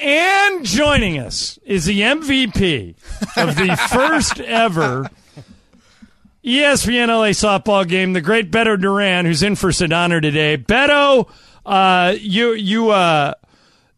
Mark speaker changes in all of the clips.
Speaker 1: And joining us is the MVP of the first ever E ESPN LA softball game, the great Beto Duran, who's in for Sedano today. Beto, uh, you you uh,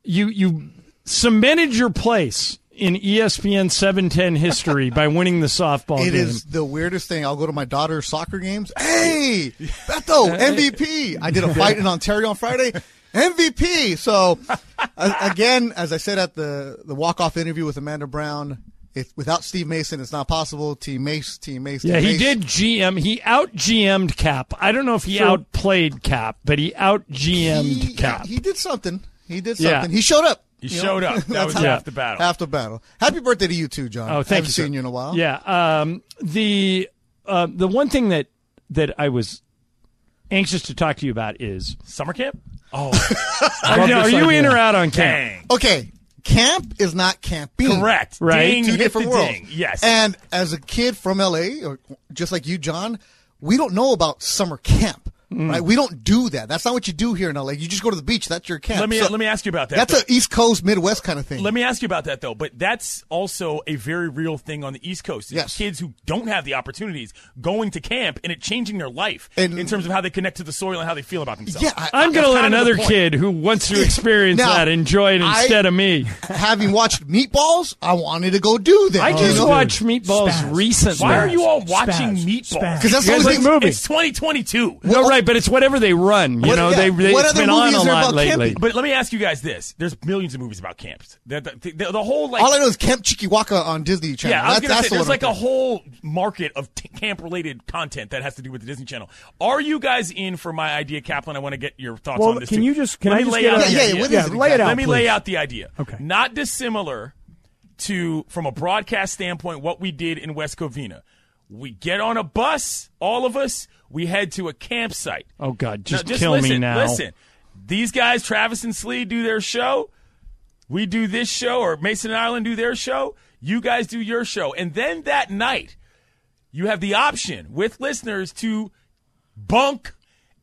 Speaker 1: you you cemented your place in E ESPN 710 history by winning the softball
Speaker 2: It
Speaker 1: game.
Speaker 2: is the weirdest thing. I'll go to my daughter's soccer games. Hey,
Speaker 1: Uh,
Speaker 2: Beto, MVP. I did a fight in Ontario on Friday. MVP. So, a- again, as I said at the, the walk off interview with Amanda Brown, if, without Steve Mason, it's not possible. Team Mace, Team Mace.
Speaker 1: Yeah,
Speaker 2: Team
Speaker 1: he
Speaker 2: Mace.
Speaker 1: did GM. He out GM'd Cap. I don't know if he outplayed Cap, but he out GM'd
Speaker 2: He,
Speaker 1: Cap.
Speaker 2: he did something. He did
Speaker 1: Yeah.
Speaker 2: something. He showed up.
Speaker 3: He
Speaker 2: You
Speaker 3: showed up. That
Speaker 2: That's
Speaker 3: was
Speaker 2: how-
Speaker 3: half the battle.
Speaker 2: Half the battle. Happy birthday to you too, John.
Speaker 1: Oh, thank
Speaker 2: Haven't
Speaker 1: you, sir.
Speaker 2: seen you in a while.
Speaker 1: Yeah. Um, the uh, the one thing that that I was anxious to talk to you about is
Speaker 3: Summer camp? Oh,
Speaker 1: are, you- are
Speaker 3: this
Speaker 1: you
Speaker 3: idea.
Speaker 1: in or out on camp?
Speaker 3: dang.
Speaker 2: Okay, camp is not camping.
Speaker 3: Correct.
Speaker 1: Right.
Speaker 3: Ding,
Speaker 2: two
Speaker 3: hit
Speaker 2: different
Speaker 3: the
Speaker 2: worlds.
Speaker 3: ding. Yes.
Speaker 2: And as a kid from LA, or just like you, John, we don't know about summer camp.
Speaker 3: Mm.
Speaker 2: Right? We don't do that. That's not what you do here in LA. You just go to the beach. That's your camp.
Speaker 3: let me
Speaker 2: So
Speaker 3: let me ask you about that.
Speaker 2: That's
Speaker 3: though.
Speaker 2: an East Coast, Midwest kind of thing.
Speaker 3: Let me ask you about that though, but that's also a very real thing on the East Coast. Is
Speaker 2: Yes.
Speaker 3: Kids who don't have the opportunities going to camp and it changing their life
Speaker 2: And-
Speaker 3: in terms of how they connect to the soil and how they feel about themselves.
Speaker 2: Yeah, I-
Speaker 1: I'm going to
Speaker 3: That's
Speaker 1: let
Speaker 3: kind of the
Speaker 1: another
Speaker 3: point.
Speaker 1: kid who wants to experience
Speaker 2: Now,
Speaker 1: that enjoy it
Speaker 2: I-
Speaker 1: instead of me.
Speaker 2: Having watched Meatballs, I wanted to go do that.
Speaker 1: I just watched Meatballs recently.
Speaker 3: Why are you all watching
Speaker 4: Spaz.
Speaker 3: Meatball?
Speaker 4: Spaz.
Speaker 2: 'Cause that's the
Speaker 1: It's
Speaker 2: only
Speaker 1: like
Speaker 2: thing.
Speaker 1: movie.
Speaker 3: It's 2022.
Speaker 1: No, right, but it's whatever they run. You
Speaker 2: What-
Speaker 1: know,
Speaker 2: yeah.
Speaker 1: they, they
Speaker 2: What
Speaker 1: it's
Speaker 2: other
Speaker 1: been on
Speaker 2: movies
Speaker 1: a
Speaker 2: are
Speaker 1: lot
Speaker 2: about camping?
Speaker 1: lately.
Speaker 3: But let me ask you guys this: There's millions of movies about camps. The, the, the, the whole like
Speaker 2: All I know is Camp Chikiwaka on Disney Channel.
Speaker 3: Yeah, I was
Speaker 2: That's-
Speaker 3: gonna
Speaker 2: that's
Speaker 3: say
Speaker 2: the
Speaker 3: there's
Speaker 2: one
Speaker 3: like
Speaker 2: I'm
Speaker 3: a whole market of t- camp-related content that has to do with the Disney Channel. Are you guys in for my idea, Kaplan? I want to get your thoughts
Speaker 4: Well,
Speaker 3: on this.
Speaker 4: can
Speaker 3: too.
Speaker 4: you just- can
Speaker 3: Let
Speaker 4: I
Speaker 3: me
Speaker 4: just
Speaker 3: lay
Speaker 4: get
Speaker 3: out
Speaker 4: a-
Speaker 3: the
Speaker 2: Yeah, yeah,
Speaker 3: idea.
Speaker 2: what is it
Speaker 4: lay it
Speaker 3: Let
Speaker 4: out,
Speaker 3: me
Speaker 4: please.
Speaker 3: lay out the idea.
Speaker 4: Okay.
Speaker 3: Not dissimilar to from a broadcast standpoint what we did in West Covina. We get on a bus, all of us. We head to a campsite.
Speaker 1: Oh, God,
Speaker 3: Now,
Speaker 1: just kill me
Speaker 3: listen,
Speaker 1: now.
Speaker 3: Listen, these guys, Travis and Slee, do their show. We do this show, or Mason and Ireland do their show. You guys do your show, and then that night, you have the option with listeners to bunk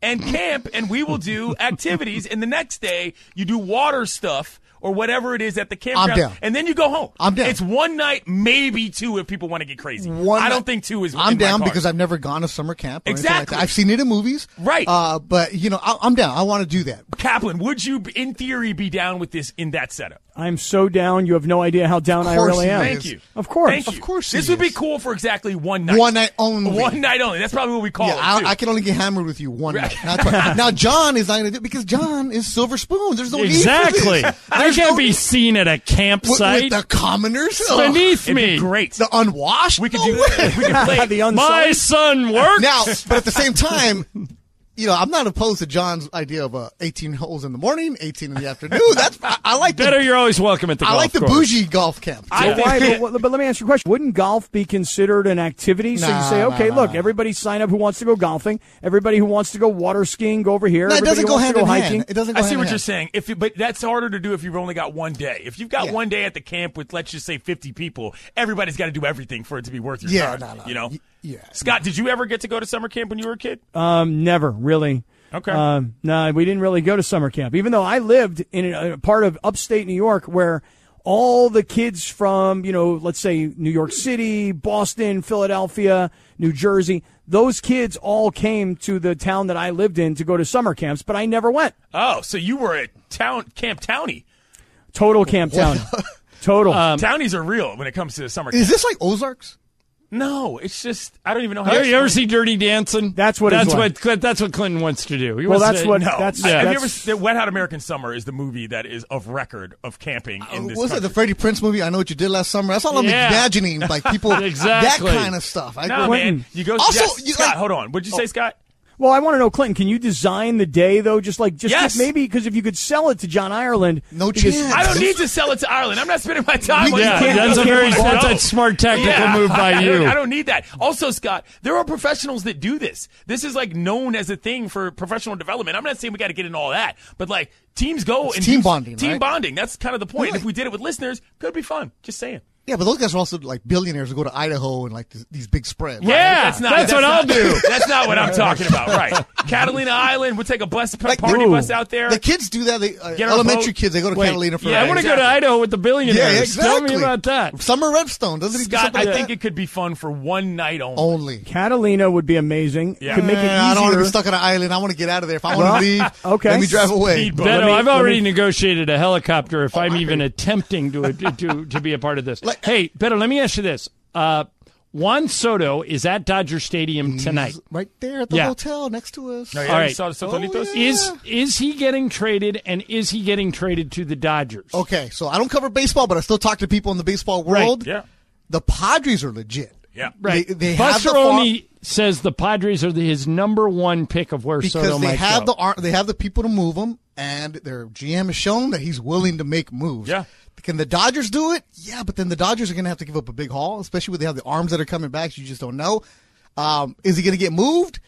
Speaker 3: and camp, and we will do activities. And the next day, you do water stuff or whatever it is at the campground,
Speaker 2: down.
Speaker 3: and then you go home.
Speaker 2: I'm down.
Speaker 3: It's one night, maybe two, if people want to get crazy.
Speaker 2: One
Speaker 3: I don't
Speaker 2: night-
Speaker 3: think two is.
Speaker 2: I'm
Speaker 3: in my
Speaker 2: down
Speaker 3: cards.
Speaker 2: because I've never gone to summer camp. Or anything Like
Speaker 3: Exactly.
Speaker 2: that. I've seen it in movies.
Speaker 3: Right.
Speaker 2: Uh, but you know, I, I'm down. I want to do that.
Speaker 3: Kaplan, would you, in theory, be down with this in that setup?
Speaker 4: I'm so down. You have no idea how down I
Speaker 2: course
Speaker 4: really
Speaker 2: he
Speaker 4: am.
Speaker 2: is.
Speaker 3: Thank you.
Speaker 4: Of course.
Speaker 3: Thank you.
Speaker 2: Of course he
Speaker 3: This would be
Speaker 2: is.
Speaker 3: cool for exactly one night. Oh,
Speaker 2: One night only.
Speaker 3: One night only. That's probably what we call
Speaker 2: Yeah,
Speaker 3: it. too.
Speaker 2: I, I can only get hammered with you one night. Not twice. now John is not going to do it because John is silver spoon. There's no
Speaker 1: Exactly.
Speaker 2: need for this.
Speaker 1: I
Speaker 2: There's
Speaker 1: can't
Speaker 2: no
Speaker 1: be
Speaker 2: need-
Speaker 1: seen at a
Speaker 2: with,
Speaker 1: campsite.
Speaker 2: with the commoners, Ugh.
Speaker 1: beneath
Speaker 3: It'd be
Speaker 1: me.
Speaker 3: great.
Speaker 2: the unwashed.
Speaker 3: we could
Speaker 2: No
Speaker 3: do
Speaker 2: way.
Speaker 3: We could play.
Speaker 4: the unsolved.
Speaker 1: My son works.
Speaker 2: now, but at the same time. You know, I'm not opposed to John's idea of uh, 18 holes in the morning, 18 in the afternoon. That's I, I like
Speaker 1: Better,
Speaker 2: the
Speaker 1: you're always welcome at the
Speaker 2: I
Speaker 1: golf
Speaker 2: like the
Speaker 1: course.
Speaker 2: bougie golf camp.
Speaker 3: I
Speaker 4: Well,
Speaker 3: think-
Speaker 4: why- but, what- but let me ask you a question. Wouldn't golf be considered an activity? so you
Speaker 2: Nah,
Speaker 4: say,
Speaker 2: nah,
Speaker 4: okay,
Speaker 2: nah,
Speaker 4: look,
Speaker 2: nah.
Speaker 4: everybody sign up who wants to go golfing. Everybody who wants to go water skiing, go over here.
Speaker 2: no, it
Speaker 4: Everybody
Speaker 2: doesn't
Speaker 4: who
Speaker 2: go
Speaker 4: wants
Speaker 2: hand
Speaker 4: to
Speaker 2: in
Speaker 4: go hiking.
Speaker 2: hand. It doesn't go
Speaker 3: I
Speaker 2: hand
Speaker 3: see
Speaker 2: in
Speaker 3: what
Speaker 2: hand.
Speaker 3: you're saying. If you, but that's harder to do if you've only got one day. If you've got
Speaker 2: Yeah.
Speaker 3: one day at the camp with let's just say 50 people, everybody's got to do everything for it to be worth your
Speaker 2: Yeah,
Speaker 3: time.
Speaker 2: no, no.
Speaker 3: You know.
Speaker 2: Y- yeah. Uh,
Speaker 3: Scott, did you ever get to go to summer camp when you were a kid?
Speaker 4: Um, never really.
Speaker 3: Okay.
Speaker 4: Um, no, we didn't really go to summer camp, even though I lived in a, a part of upstate New York where all the kids from, you know, let's say New York City, Boston, Philadelphia, New Jersey, those kids all came to the town that I lived in to go to summer camps, but I never went.
Speaker 3: oh, so you were a town camp townie.
Speaker 4: Total camp town. Total.
Speaker 3: Townies are real when it comes to summer. camp.
Speaker 2: Um, Is this like Ozarks?
Speaker 3: No, it's just I don't even know how.
Speaker 1: You,
Speaker 3: to
Speaker 1: you ever see
Speaker 3: explain-
Speaker 1: Dirty Dancing?
Speaker 4: That's what
Speaker 1: That's
Speaker 4: it's like.
Speaker 1: what. Cl- That's what Clinton wants to do. He
Speaker 4: Well,
Speaker 1: wants
Speaker 4: that's
Speaker 1: to-
Speaker 4: what-
Speaker 3: No,
Speaker 4: That's-
Speaker 3: I- Oh, have you ever
Speaker 4: that's-
Speaker 3: seen the Wet Hot American Summer? Is the movie that is of record of camping in this
Speaker 2: Uh, Oh, was it the
Speaker 3: country.
Speaker 2: Freddie Prince movie? I know what you did last summer. That's all I'm
Speaker 1: Yeah.
Speaker 2: imagining. Like people,
Speaker 1: Exactly.
Speaker 2: that kind of stuff. I,
Speaker 3: No,
Speaker 4: Quentin.
Speaker 3: man, you go.
Speaker 2: Also,
Speaker 3: yes,
Speaker 2: you,
Speaker 3: Scott,
Speaker 2: like-
Speaker 3: hold on. What'd you say, Scott?
Speaker 4: Well, I want to know, Clinton. Can you design the day though? Just like just,
Speaker 3: Yes.
Speaker 4: just maybe because if you could sell it to John Ireland,
Speaker 2: No
Speaker 4: because-
Speaker 2: chance.
Speaker 3: I don't need to sell it to Ireland. I'm not spending my time. on
Speaker 1: Yeah,
Speaker 4: can't-
Speaker 1: that's a
Speaker 4: you
Speaker 1: very
Speaker 4: can't
Speaker 1: that's
Speaker 3: go.
Speaker 1: a smart tactical
Speaker 3: Yeah.
Speaker 1: move by
Speaker 3: I
Speaker 1: you.
Speaker 3: don't, I don't need that. Also, Scott, there are professionals that do this. This is like known as a thing for professional development. I'm not saying we got to get into all that, but like teams go and
Speaker 2: team
Speaker 3: do-
Speaker 2: bonding,
Speaker 3: Team
Speaker 2: right?
Speaker 3: bonding. That's kind of the point.
Speaker 2: Yeah.
Speaker 3: If we did it with listeners, could be fun. Just saying.
Speaker 2: Yeah, but those guys are also like billionaires who go to Idaho and like th- these big spreads.
Speaker 1: Yeah.
Speaker 3: that's not.
Speaker 1: that's what I'll
Speaker 3: not-
Speaker 1: do.
Speaker 3: That's not what I'm talking about. Right, Catalina Island. We'll take a bus
Speaker 2: Like,
Speaker 3: party
Speaker 2: ooh.
Speaker 3: bus out there.
Speaker 2: The kids do that. They uh,
Speaker 3: Get on a
Speaker 2: elementary
Speaker 3: boat.
Speaker 2: kids they go to
Speaker 1: Wait,
Speaker 2: Catalina for
Speaker 3: yeah,
Speaker 1: I want to
Speaker 3: exactly.
Speaker 1: go to Idaho with the billionaires.
Speaker 2: yeah, exactly.
Speaker 1: Tell me about that.
Speaker 2: Summer Redstone doesn't he do
Speaker 3: Scott,
Speaker 2: something
Speaker 3: I
Speaker 2: like
Speaker 3: think
Speaker 2: that?
Speaker 3: it could be fun for one night only.
Speaker 2: only.
Speaker 4: Catalina would be amazing.
Speaker 3: Yeah.
Speaker 4: Could make it easier.
Speaker 2: Yeah, I don't want to be stuck on an island. I want to get out of there. If I want to leave,
Speaker 4: okay.
Speaker 2: let me Oh, drive away.
Speaker 3: Speedboat.
Speaker 1: Beto,
Speaker 4: me-
Speaker 1: I've
Speaker 4: let
Speaker 1: already
Speaker 4: me-
Speaker 1: negotiated a helicopter if I'm even attempting to, to to be a part of this.
Speaker 2: Like-
Speaker 1: hey, Beto, let me ask you this. Uh, Juan Soto is at Dodger Stadium tonight.
Speaker 2: Right there at the
Speaker 1: Yeah.
Speaker 2: hotel next to us.
Speaker 3: Yeah,
Speaker 1: All
Speaker 3: you
Speaker 1: right.
Speaker 3: saw the Sotonitos?
Speaker 2: Oh, yeah.
Speaker 1: Is is he getting traded and is he getting traded to the Dodgers?
Speaker 2: Okay, so I don't cover baseball, but I still talk to people in the baseball world.
Speaker 3: Yeah.
Speaker 2: The Padres are legit.
Speaker 3: Yeah.
Speaker 1: Right.
Speaker 2: They, they have
Speaker 1: Buster
Speaker 2: the farm
Speaker 1: Olney says the Padres are the, his number one pick of where
Speaker 2: because
Speaker 1: Soto
Speaker 2: they
Speaker 1: might
Speaker 2: have
Speaker 1: go.
Speaker 2: the ar- they have the people to move them, and their GM has shown that he's willing to make moves.
Speaker 3: Yeah.
Speaker 2: Can the Dodgers do it? Yeah, but then the Dodgers are going to have to give up a big haul, especially when they have the arms that are coming back. You just don't know. Um, is he going to get moved?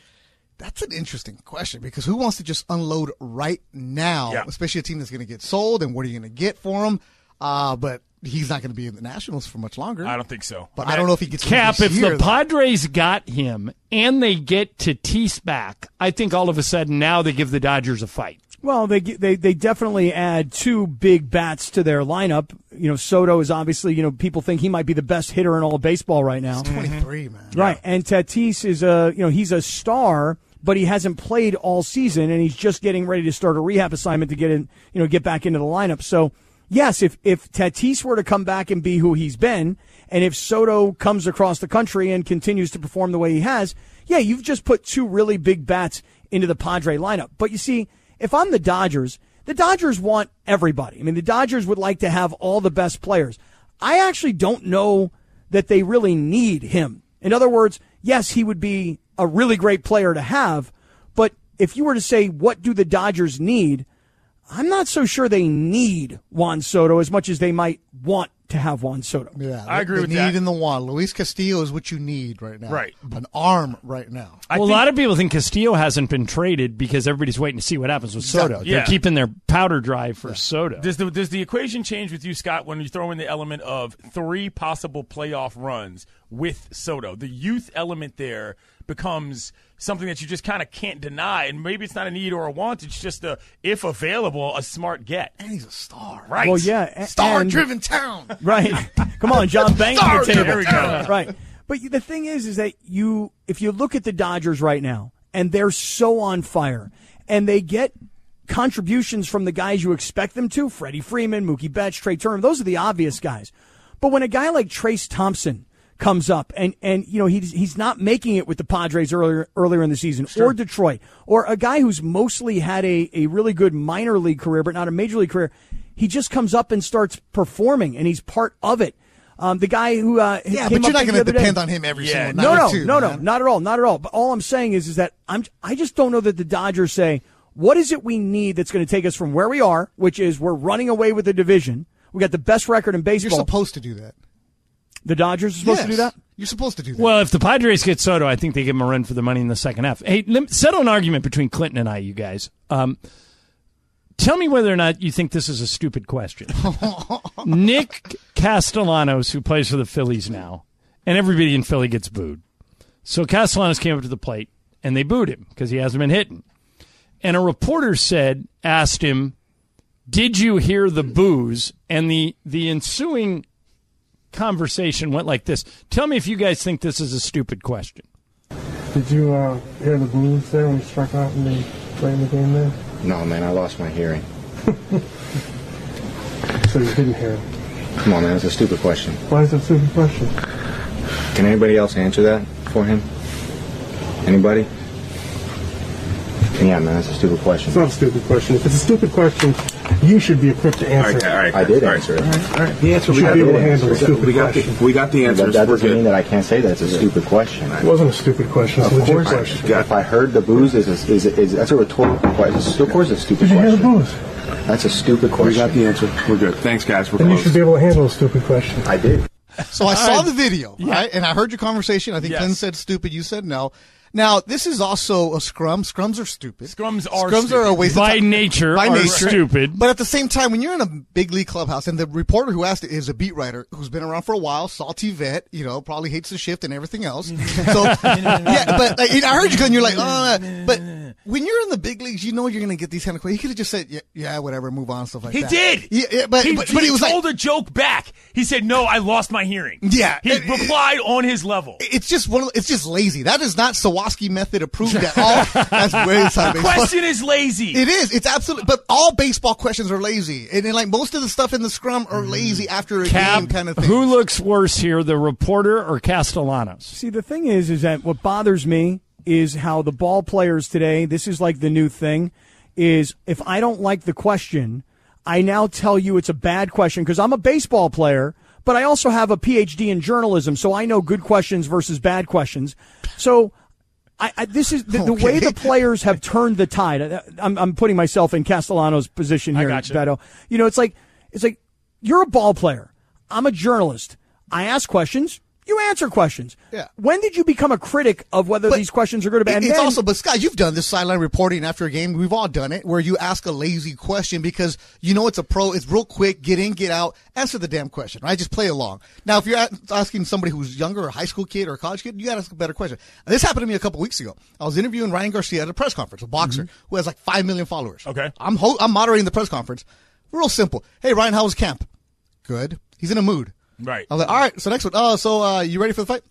Speaker 2: That's an interesting question because who wants to just unload right now,
Speaker 3: Yeah.
Speaker 2: especially a team that's going to get sold? And what are you going to get for him? Uh, but he's not going to be in the Nationals for much longer.
Speaker 3: I don't think so.
Speaker 2: But I don't know if he gets
Speaker 1: Cap,
Speaker 2: moved
Speaker 1: if
Speaker 2: this year,
Speaker 1: the
Speaker 2: though.
Speaker 1: Padres got him and they get Tatis back, I think all of a sudden now they give the Dodgers a fight.
Speaker 4: Well, they ge- they they definitely add two big bats to their lineup. You know, Soto is obviously you know people think he might be the best hitter in all of baseball right now.
Speaker 2: 23, man.
Speaker 4: Right, and Tatis is a you know he's a star, but he hasn't played all season, and he's just getting ready to start a rehab assignment to get in you know get back into the lineup. So yes, if if Tatis were to come back and be who he's been, and if Soto comes across the country and continues to perform the way he has, yeah, you've just put two really big bats into the Padre lineup. But you see, if I'm the Dodgers, the Dodgers want everybody. I mean, the Dodgers would like to have all the best players. I actually don't know that they really need him. In other words, yes, he would be a really great player to have, but if you were to say, what do the Dodgers need? I'm not so sure they need Juan Soto as much as they might want to have Juan Soto.
Speaker 2: Yeah,
Speaker 3: I
Speaker 2: the-
Speaker 3: agree
Speaker 2: the
Speaker 3: with
Speaker 2: need
Speaker 3: that.
Speaker 2: in the one. Luis Castillo is what you need right now.
Speaker 3: Right.
Speaker 2: an arm right now.
Speaker 3: I
Speaker 1: well,
Speaker 3: think-
Speaker 1: a lot of people think Castillo hasn't been traded because everybody's waiting to see what happens with Soto.
Speaker 3: Yeah.
Speaker 1: They're keeping their powder dry for Soto.
Speaker 3: Does the does the equation change with you, Scott, when you throw in the element of three possible playoff runs with Soto? The youth element there becomes something that you just kind of can't deny, and maybe it's not a need or a want. It's just a, if available, a smart get.
Speaker 2: And he's a star.
Speaker 3: Right?
Speaker 4: Well, yeah, a- and-
Speaker 2: Star-driven town.
Speaker 4: Right. Come on, John Banks.
Speaker 3: Sorry,
Speaker 4: can take it.
Speaker 3: there we go.
Speaker 4: Right. But the thing is, is that you, if you look at the Dodgers right now, and they're so on fire, and they get contributions from the guys you expect them to, Freddie Freeman, Mookie Betts, Trey Turner, those are the obvious guys. But when a guy like Trace Thompson comes up and, and you know, he's, he's not making it with the Padres earlier, earlier in the season, or Detroit, or a guy who's mostly had a, a really good minor league career, but not a major league career, he just comes up and starts performing, and he's part of it. Um, the guy who uh,
Speaker 2: Yeah, but
Speaker 4: came
Speaker 2: you're not
Speaker 4: up with
Speaker 2: going
Speaker 4: the
Speaker 2: to
Speaker 4: other
Speaker 2: depend
Speaker 4: day.
Speaker 2: on him every
Speaker 3: Yeah,
Speaker 2: single
Speaker 4: No,
Speaker 2: night.
Speaker 4: no,
Speaker 2: too,
Speaker 4: no, no,
Speaker 2: man.
Speaker 4: not at all, not at all. But all I'm saying is, is that I'm, I just don't know that the Dodgers say, what is it we need that's going to take us from where we are, which is we're running away with the division. We got the best record in
Speaker 2: You're
Speaker 4: baseball.
Speaker 2: supposed to do that.
Speaker 4: the Dodgers are supposed to do
Speaker 2: Yes.
Speaker 4: that.
Speaker 2: You're supposed to do that.
Speaker 1: well, if the Padres get Soto, I think they give him a run for the money in the second half. Hey, let, settle an argument between Clinton and I, you guys. Um, tell me whether or not you think this is a stupid question. Nick Castellanos, who plays for the Phillies now, and everybody in Philly gets booed. So Castellanos came up to the plate and they booed him because he hasn't been hitting. And a reporter said, asked him, "Did you hear the boos?" And the the ensuing conversation went like this. Tell me if you guys think this is a stupid question.
Speaker 5: Did you uh, hear the blues there when you struck out and they playing the game there?
Speaker 6: No, man, I lost my hearing.
Speaker 5: So you didn't hear it.
Speaker 6: Come on, man, that's a stupid question.
Speaker 5: Why is that a stupid question?
Speaker 6: Can anybody else answer that for him? Anybody? Yeah, man, that's a stupid question.
Speaker 5: It's not a stupid question. If it's a stupid question, You should be equipped to answer.
Speaker 7: all right.
Speaker 6: I did
Speaker 7: all right.
Speaker 6: answer it.
Speaker 5: All right. The answer should be able to handle a stupid
Speaker 7: We got
Speaker 5: question.
Speaker 7: the, we got the
Speaker 6: That,
Speaker 7: answers.
Speaker 6: that
Speaker 7: We're
Speaker 6: doesn't mean
Speaker 7: good.
Speaker 6: that I can't say that's a stupid question.
Speaker 5: It wasn't a stupid question. It's a
Speaker 6: Of
Speaker 5: legit
Speaker 6: course,
Speaker 5: question.
Speaker 7: Got
Speaker 6: if I heard the booze is a, is, a, is that's a rhetorical question. Of course, it's a stupid
Speaker 5: Did you hear the
Speaker 6: question.
Speaker 5: booze?
Speaker 6: That's a stupid question.
Speaker 7: We got the answer. We're good. Thanks, guys. We're
Speaker 5: Then you
Speaker 7: close.
Speaker 5: should be able to handle a stupid question.
Speaker 6: I did.
Speaker 2: So I saw the video, right? And I heard your conversation. I think
Speaker 3: Yes.
Speaker 2: Glenn said stupid. You said no. Now this is also a scrum. Scrums are stupid.
Speaker 3: Scrums are
Speaker 2: scrums are a
Speaker 3: stupid.
Speaker 2: waste of
Speaker 1: By
Speaker 2: time.
Speaker 1: nature are stupid.
Speaker 2: But at the same time, when you're in a big league clubhouse and the reporter who asked it is a beat writer who's been around for a while, salty vet, you know, probably hates the shift and everything else. so yeah, but like, I heard you Glenn. You're like, uh, but when you're in the big leagues, you know you're going to get these kind of questions. He could have just said, yeah, yeah, whatever, move on, stuff like
Speaker 3: He
Speaker 2: that.
Speaker 3: did.
Speaker 2: Yeah, yeah, but,
Speaker 3: he,
Speaker 2: but, but
Speaker 3: he
Speaker 2: it was like,
Speaker 3: told a joke back. He said, "No, I lost my hearing."
Speaker 2: Yeah.
Speaker 3: he replied on his level.
Speaker 2: it's just one. Of, it's just lazy. That is not Sawaski method approved at all. That's way inside baseball.
Speaker 3: Question is lazy.
Speaker 2: It is. It's absolutely. But all baseball questions are lazy, and then like most of the stuff in the scrum are lazy after a game
Speaker 1: Cab,
Speaker 2: kind of thing.
Speaker 1: who looks worse here, the reporter or Castellanos?
Speaker 4: See, the thing is, is that what bothers me is how the ball players today. This is like the new thing. Is if I don't like the question, I now tell you it's a bad question because I'm a baseball player, but I also have a PhD in journalism, so I know good questions versus bad questions. So. I, I, this is the, the way the players have turned the tide. I- I'm, I'm putting myself in Castellano's position here,
Speaker 3: gotcha.
Speaker 4: Beto. You know, it's like it's like you're a ball player. I'm a journalist. I ask questions. You answer questions.
Speaker 2: Yeah.
Speaker 4: When did you become a critic of whether
Speaker 2: But
Speaker 4: these questions are good or bad?
Speaker 2: It-
Speaker 4: And
Speaker 2: it's
Speaker 4: then-
Speaker 2: also, but Scott, you've done this sideline reporting after a game. We've all done it, where you ask a lazy question because you know it's a pro. It's real quick. Get in, get out. Answer the damn question. Right? Just play along. Now, if you're at, asking somebody who's younger, or a high school kid or a college kid, you got to ask a better question. This happened to me a couple weeks ago. I was interviewing Ryan Garcia at a press conference, a boxer who has like five million followers.
Speaker 3: Okay.
Speaker 2: I'm ho- I'm moderating the press conference. Real simple. Hey, Ryan, how was camp? Good. He's in a mood.
Speaker 3: Right.
Speaker 2: I was like, all right. So next one. Oh, so uh, you ready for the fight?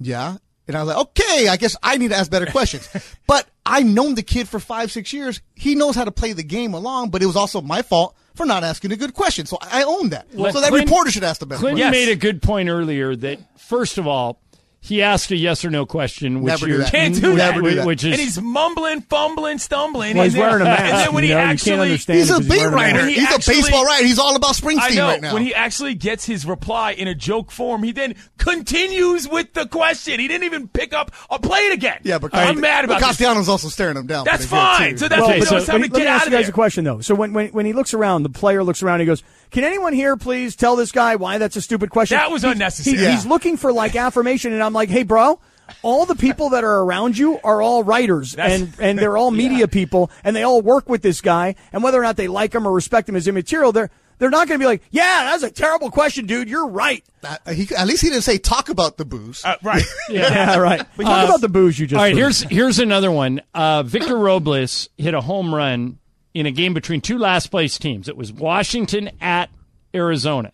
Speaker 2: Yeah. And I was like, okay, I guess I need to ask better questions. but I've known the kid for five, six years. He knows how to play the game along, but it was also my fault for not asking a good question. So I own that. so that
Speaker 1: Clint-
Speaker 2: reporter should ask the better
Speaker 1: Clinton
Speaker 2: question.
Speaker 3: Yes.
Speaker 1: made a good point earlier that, first of all, he asked a yes or no question, which
Speaker 2: Never do
Speaker 1: you're,
Speaker 2: that.
Speaker 3: Can't do that.
Speaker 1: wh-
Speaker 2: do that.
Speaker 1: Which is
Speaker 3: and he's mumbling, fumbling, stumbling.
Speaker 4: Well,
Speaker 3: and
Speaker 4: he's
Speaker 3: then,
Speaker 4: wearing a mask.
Speaker 3: And then when
Speaker 4: you
Speaker 3: he
Speaker 4: know, you
Speaker 3: actually,
Speaker 4: can't understand
Speaker 2: He's
Speaker 4: it
Speaker 2: a
Speaker 4: 'cause
Speaker 2: beat
Speaker 4: wearing mask.
Speaker 2: writer.
Speaker 3: When he
Speaker 2: He's
Speaker 3: actually-
Speaker 2: a baseball writer. He's all about Springsteen
Speaker 3: I know
Speaker 2: right now.
Speaker 3: when he actually gets his reply in a joke form, he then continues with the question. He didn't even pick up. I'll play it again.
Speaker 2: yeah, but
Speaker 3: I'm mad about
Speaker 2: but
Speaker 3: this.
Speaker 2: Castellanos also staring him down.
Speaker 3: That's
Speaker 2: pretty good,
Speaker 3: fine.
Speaker 2: too.
Speaker 3: So that's
Speaker 4: Well,
Speaker 3: when
Speaker 4: but
Speaker 3: you know it's
Speaker 4: so-
Speaker 3: time to
Speaker 4: but he- let
Speaker 3: get
Speaker 4: me ask
Speaker 3: out
Speaker 4: you
Speaker 3: of
Speaker 4: guys
Speaker 3: there.
Speaker 4: a question though. So when, when when he looks around, the player looks around. He goes, "Can anyone here please tell this guy why that's a stupid question?"
Speaker 3: That was
Speaker 4: He's-
Speaker 3: unnecessary.
Speaker 4: he-
Speaker 3: Yeah.
Speaker 4: He's looking for like affirmation, and I'm like, "Hey, bro." All the people that are around you are all writers
Speaker 3: That's-
Speaker 4: and, and they're all media people and they all work with this guy and whether or not they like him or respect him is immaterial. They're they're not going to be like, yeah, that's a terrible question, dude. You're right.
Speaker 2: Uh, he- at least he didn't say talk about the booze.
Speaker 3: Uh, right.
Speaker 4: Yeah, right.
Speaker 3: Uh,
Speaker 4: Talk about the booze you just.
Speaker 1: All right,
Speaker 4: threw.
Speaker 1: here's here's another one. Uh, Victor Robles hit a home run in a game between two last place teams. It was Washington at Arizona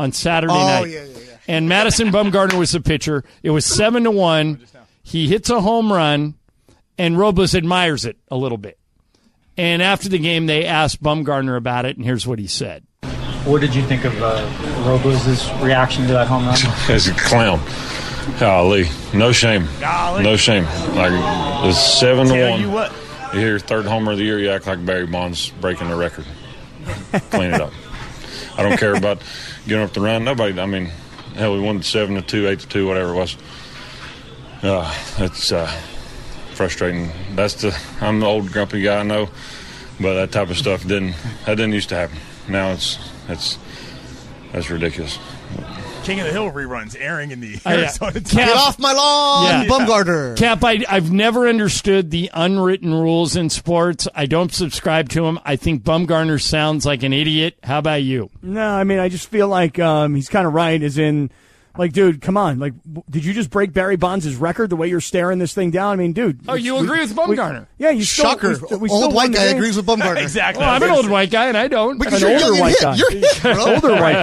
Speaker 1: on Saturday
Speaker 2: Oh,
Speaker 1: night.
Speaker 2: yeah, yeah, yeah.
Speaker 1: And Madison Bumgarner was the pitcher. It was seven to one. He hits a home run, and Robles admires it a little bit. And after the game, they asked Bumgarner about it, and here's what he said.
Speaker 8: What did you think of uh, Robles' reaction to that home run?
Speaker 9: As a clown. Golly, no shame.
Speaker 3: Golly.
Speaker 9: No shame. Like it's seven to
Speaker 3: Tell
Speaker 9: one.
Speaker 3: you what.
Speaker 9: You hear third homer of the year, you act like Barry Bonds breaking the record. Clean it up. I don't care about giving up the run. Nobody. I mean, hell, we won seven to two, eight to two, whatever it was. Uh, it's uh, frustrating. That's the. I'm the old grumpy guy. I know, but that type of stuff didn't. That didn't used to happen. Now it's it's that's ridiculous.
Speaker 3: King of the Hill reruns airing in the
Speaker 1: Oh, yeah.
Speaker 3: Arizona
Speaker 1: Cap-
Speaker 2: Get off my lawn,
Speaker 1: Yeah.
Speaker 2: Bumgarner.
Speaker 1: Cap, I, I've never understood the unwritten rules in sports. I don't subscribe to them. I think Bumgarner sounds like an idiot. How about you?
Speaker 4: No, I mean, I just feel like um, he's kind of right, as in, like, dude, come on. Like, w- did you just break Barry Bonds' record the way you're staring this thing down? I mean, dude.
Speaker 1: Oh,
Speaker 4: we-
Speaker 1: you
Speaker 4: we-
Speaker 1: agree with Bumgarner?
Speaker 4: We, yeah, you still,
Speaker 2: Shocker.
Speaker 4: We, st- we still
Speaker 2: Old
Speaker 4: won
Speaker 2: white
Speaker 4: the
Speaker 2: guy
Speaker 4: game.
Speaker 2: agrees with Bumgarner.
Speaker 3: exactly.
Speaker 1: Well, I'm an old white guy and I don't.
Speaker 2: Because
Speaker 4: An
Speaker 2: you're
Speaker 4: older
Speaker 2: young and
Speaker 4: white
Speaker 2: hip.
Speaker 4: guy.
Speaker 2: You're hip, bro.
Speaker 4: Older white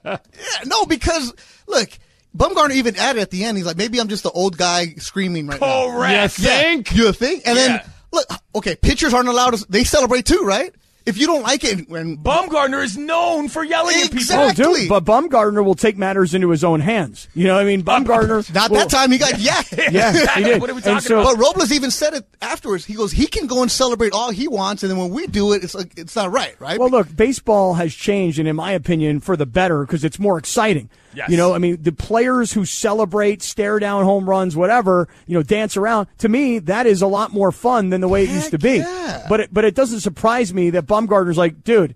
Speaker 4: guy.
Speaker 2: No, because look, Bumgarner even added at the end. He's like, maybe I'm just the old guy screaming right now.
Speaker 3: Correct.
Speaker 1: Yes.
Speaker 2: Yeah,
Speaker 1: Think?
Speaker 2: you think? And
Speaker 3: Yeah.
Speaker 2: then look, okay, pitchers aren't allowed. To, they celebrate too, right? If you don't like it, when
Speaker 3: Baumgartner is known for yelling
Speaker 4: Oh,
Speaker 2: exactly.
Speaker 4: dude, but Bumgardner will take matters into his own hands. You know what I mean? Bumgardner.
Speaker 2: Not that time. He got yeah.
Speaker 4: Yeah, he did.
Speaker 3: What are we
Speaker 4: And
Speaker 3: talking
Speaker 4: so-
Speaker 3: about?
Speaker 2: But Robles even said it afterwards. He goes, he can go and celebrate all he wants, and then when we do it, it's like it's not right, right?
Speaker 4: Well, look, baseball has changed, and in my opinion, for the better because it's more exciting.
Speaker 3: Yes.
Speaker 4: You know, I mean, the players who celebrate, stare down home runs, whatever, you know, dance around. To me, that is a lot more fun than the way it used to
Speaker 2: Heck
Speaker 4: be.
Speaker 2: yeah.
Speaker 4: But it, but it doesn't surprise me that Bumgarner's like, dude,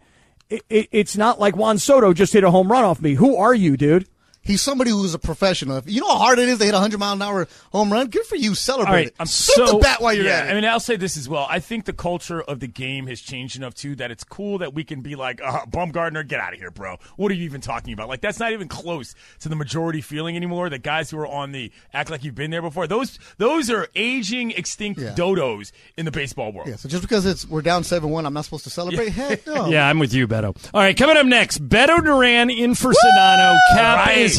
Speaker 4: it, it, it's not like Juan Soto just hit a home run off me. Who are you, dude?
Speaker 2: He's somebody who's a professional. If you know how hard it is to hit a hundred mile an hour home run, good for you. Celebrate
Speaker 1: All right,
Speaker 2: it.
Speaker 1: I'm
Speaker 2: Flip
Speaker 1: so-
Speaker 2: the bat while you're
Speaker 3: yeah,
Speaker 2: at it.
Speaker 3: I mean, I'll say this as well. I think the culture of the game has changed enough too that it's cool that we can be like, uh, Bumgardner, get out of here, bro. What are you even talking about? Like, that's not even close to the majority feeling anymore. The guys who are on the act like you've been there before. Those those are aging, extinct
Speaker 2: Yeah.
Speaker 3: dodos in the baseball world.
Speaker 2: yeah. So just because it's we're down seven one, I'm not supposed to celebrate. Heck no.
Speaker 1: Yeah, I'm with you, Beto. All right, coming up next, Beto Duran in for Sedano. Cap
Speaker 3: Right.
Speaker 1: is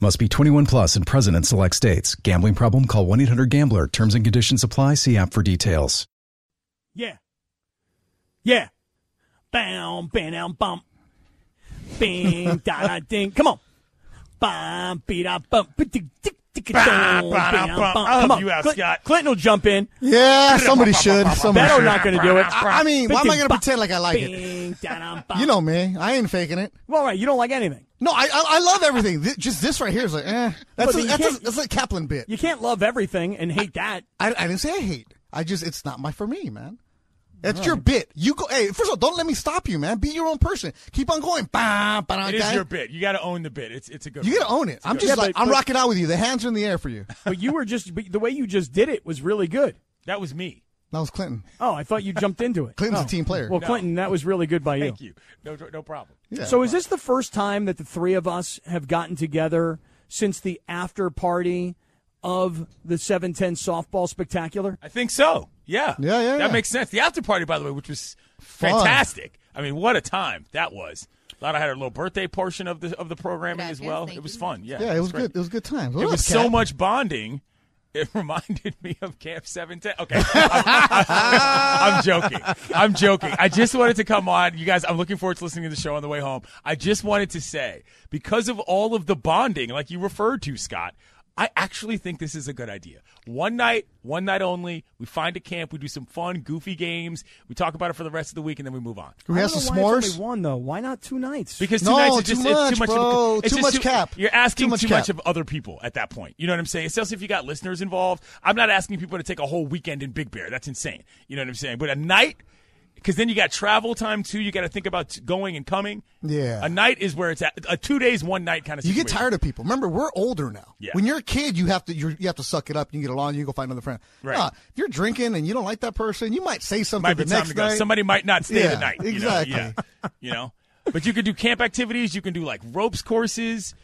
Speaker 10: Must be 21 plus and present in select states. Gambling problem? Call 1 800 Gambler. Terms and conditions apply. See app for details.
Speaker 4: Yeah. Yeah. Bam, bam, bum. Bing, da, da, ding. Come on. Bam, be, da, bum. Ba, tick, tick, tick,
Speaker 3: Ba,
Speaker 4: dong,
Speaker 3: ba, da,
Speaker 4: be, da,
Speaker 3: bum.
Speaker 4: bum.
Speaker 3: I'll help
Speaker 4: Come on.
Speaker 3: you out,
Speaker 4: Clint-
Speaker 3: Scott.
Speaker 4: Clinton will jump in.
Speaker 2: Yeah, somebody should. Somebody
Speaker 4: Beto's
Speaker 2: should.
Speaker 4: not going to do it.
Speaker 2: Oh, I I mean, why am I going to pretend like I like it?
Speaker 4: Bing, da, da, bum.
Speaker 2: You know me. I ain't faking it.
Speaker 4: Well, right. You don't like anything.
Speaker 2: No, I I, I love everything. Th- just this right here is like, eh. That's
Speaker 4: But
Speaker 2: a,
Speaker 4: you
Speaker 2: that's, a,
Speaker 4: can't-
Speaker 2: that's a Kaplan bit.
Speaker 4: You can't love everything and hate that.
Speaker 2: I, I didn't say I hate. I just it's not my for me, man. That's your bit. You go. Hey, first of all, don't let me stop you, man. Be your own person. Keep on going. Bah, bah,
Speaker 3: It is
Speaker 2: guy.
Speaker 3: your bit. You got to own the bit. It's it's a good.
Speaker 2: You
Speaker 3: one.
Speaker 2: gotta own it. I'm just
Speaker 4: Yeah,
Speaker 2: like
Speaker 4: but-
Speaker 2: I'm
Speaker 4: but-
Speaker 2: rocking out with you. The hands are in the air for you.
Speaker 4: But you were just, but the way you just did it was really good.
Speaker 3: That was me.
Speaker 2: That was Clinton.
Speaker 4: Oh, I thought you jumped into it.
Speaker 2: Clinton's a
Speaker 4: Oh.
Speaker 2: team player.
Speaker 4: Well, Clinton, that was really good by you.
Speaker 3: Thank you. No no problem.
Speaker 2: Yeah.
Speaker 4: So is this the first time that the three of us have gotten together since the after party of the 710 softball spectacular?
Speaker 3: I think so. Yeah.
Speaker 2: Yeah, yeah,
Speaker 3: That
Speaker 2: yeah.
Speaker 3: makes sense. The after party, by the way, which was fantastic. I mean, what a time that was. A lot. I had a little birthday portion of the of the programming as well. It was fun. Yeah.
Speaker 2: yeah, it was
Speaker 3: great.
Speaker 2: good. It was good times. What
Speaker 3: It
Speaker 2: up,
Speaker 3: was
Speaker 2: Cap?
Speaker 3: so much bonding. It reminded me of Camp 710. Okay. I'm joking. I'm joking. I just wanted to come on. You guys, I'm looking forward to listening to the show on the way home. I just wanted to say, because of all of the bonding, like you referred to, Scott, I actually think this is a good idea. One night, one night only, we find a camp, we do some fun, goofy games, we talk about it for the rest of the week, and then we move on.
Speaker 2: Can we have
Speaker 4: I don't
Speaker 2: some
Speaker 4: know why it's
Speaker 2: s'mores?
Speaker 4: only one though. Why not two nights?
Speaker 3: Because two
Speaker 2: No,
Speaker 3: nights is
Speaker 2: too
Speaker 3: just it's
Speaker 2: much,
Speaker 3: too much.
Speaker 2: bro.
Speaker 3: Of a, it's
Speaker 2: Too
Speaker 3: just
Speaker 2: much cap.
Speaker 3: You're asking
Speaker 2: Too
Speaker 3: too,
Speaker 2: much
Speaker 3: much,
Speaker 2: cap.
Speaker 3: of other people at that point. You know what I'm saying? Especially if you got listeners involved. I'm not asking people to take a whole weekend in Big Bear. That's insane. You know what I'm saying? But a night, because then you got travel time too. You got to think about t- going and coming.
Speaker 2: Yeah.
Speaker 3: A night is where it's at. A two days, one night kind of.
Speaker 2: You
Speaker 3: Situation.
Speaker 2: get tired of people. Remember, we're older now.
Speaker 3: Yeah.
Speaker 2: When you're a kid, you have to you're, you have to suck it up. You get along. You go find another friend.
Speaker 3: Right.
Speaker 2: Nah, if you're drinking and you don't like that person, you might say something
Speaker 3: Might be
Speaker 2: the
Speaker 3: time
Speaker 2: next
Speaker 3: to go.
Speaker 2: night.
Speaker 3: Somebody might not stay
Speaker 2: Yeah,
Speaker 3: the night.
Speaker 2: exactly.
Speaker 3: You know? Yeah. you know. But you can do camp activities. You can do like ropes courses,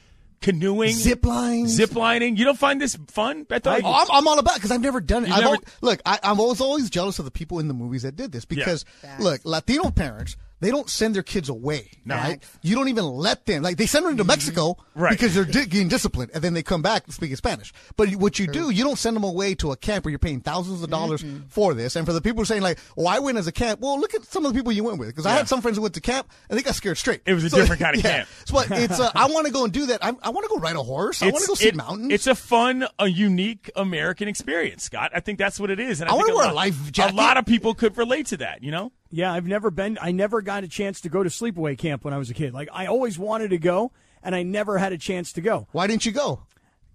Speaker 3: canoeing,
Speaker 2: Zip lines.
Speaker 3: zip lining. You don't find this fun, Beto?
Speaker 2: Oh, I'm, I'm all about because I've never done it.
Speaker 3: You've
Speaker 2: I've
Speaker 3: never-
Speaker 2: al- look, I, I was always jealous of the people in the movies that did this because look, Latino parents they don't send their kids away. Right? You don't even let them. Like they send
Speaker 3: Mm-hmm.
Speaker 2: them to Mexico
Speaker 11: Right.
Speaker 2: because they're di- getting disciplined, and then they come back speaking Spanish. But what you do, you don't send them away to a camp where you're paying thousands of dollars for this. And for the people who are saying like, "Oh, I went as a camp," well, look at some of the people you went with. Because I had some friends who went to camp and they got scared straight. It
Speaker 3: was a different kind of camp.
Speaker 2: but it's uh, I want to go and do that. I, I want to go ride a horse. I want to go see
Speaker 3: it-
Speaker 2: mountains.
Speaker 3: It's a fun, a unique American experience, Scott. I think that's what it is. And I,
Speaker 4: I
Speaker 3: think
Speaker 4: wanna
Speaker 3: a
Speaker 4: wear a
Speaker 3: lot-
Speaker 4: life jacket.
Speaker 3: A lot of people could relate to that. You know,
Speaker 4: Yeah, I've never been. I never got a chance to go to sleepaway camp when I was a kid. Like I always wanted to go, and I never had a chance to go.
Speaker 2: Why didn't you go?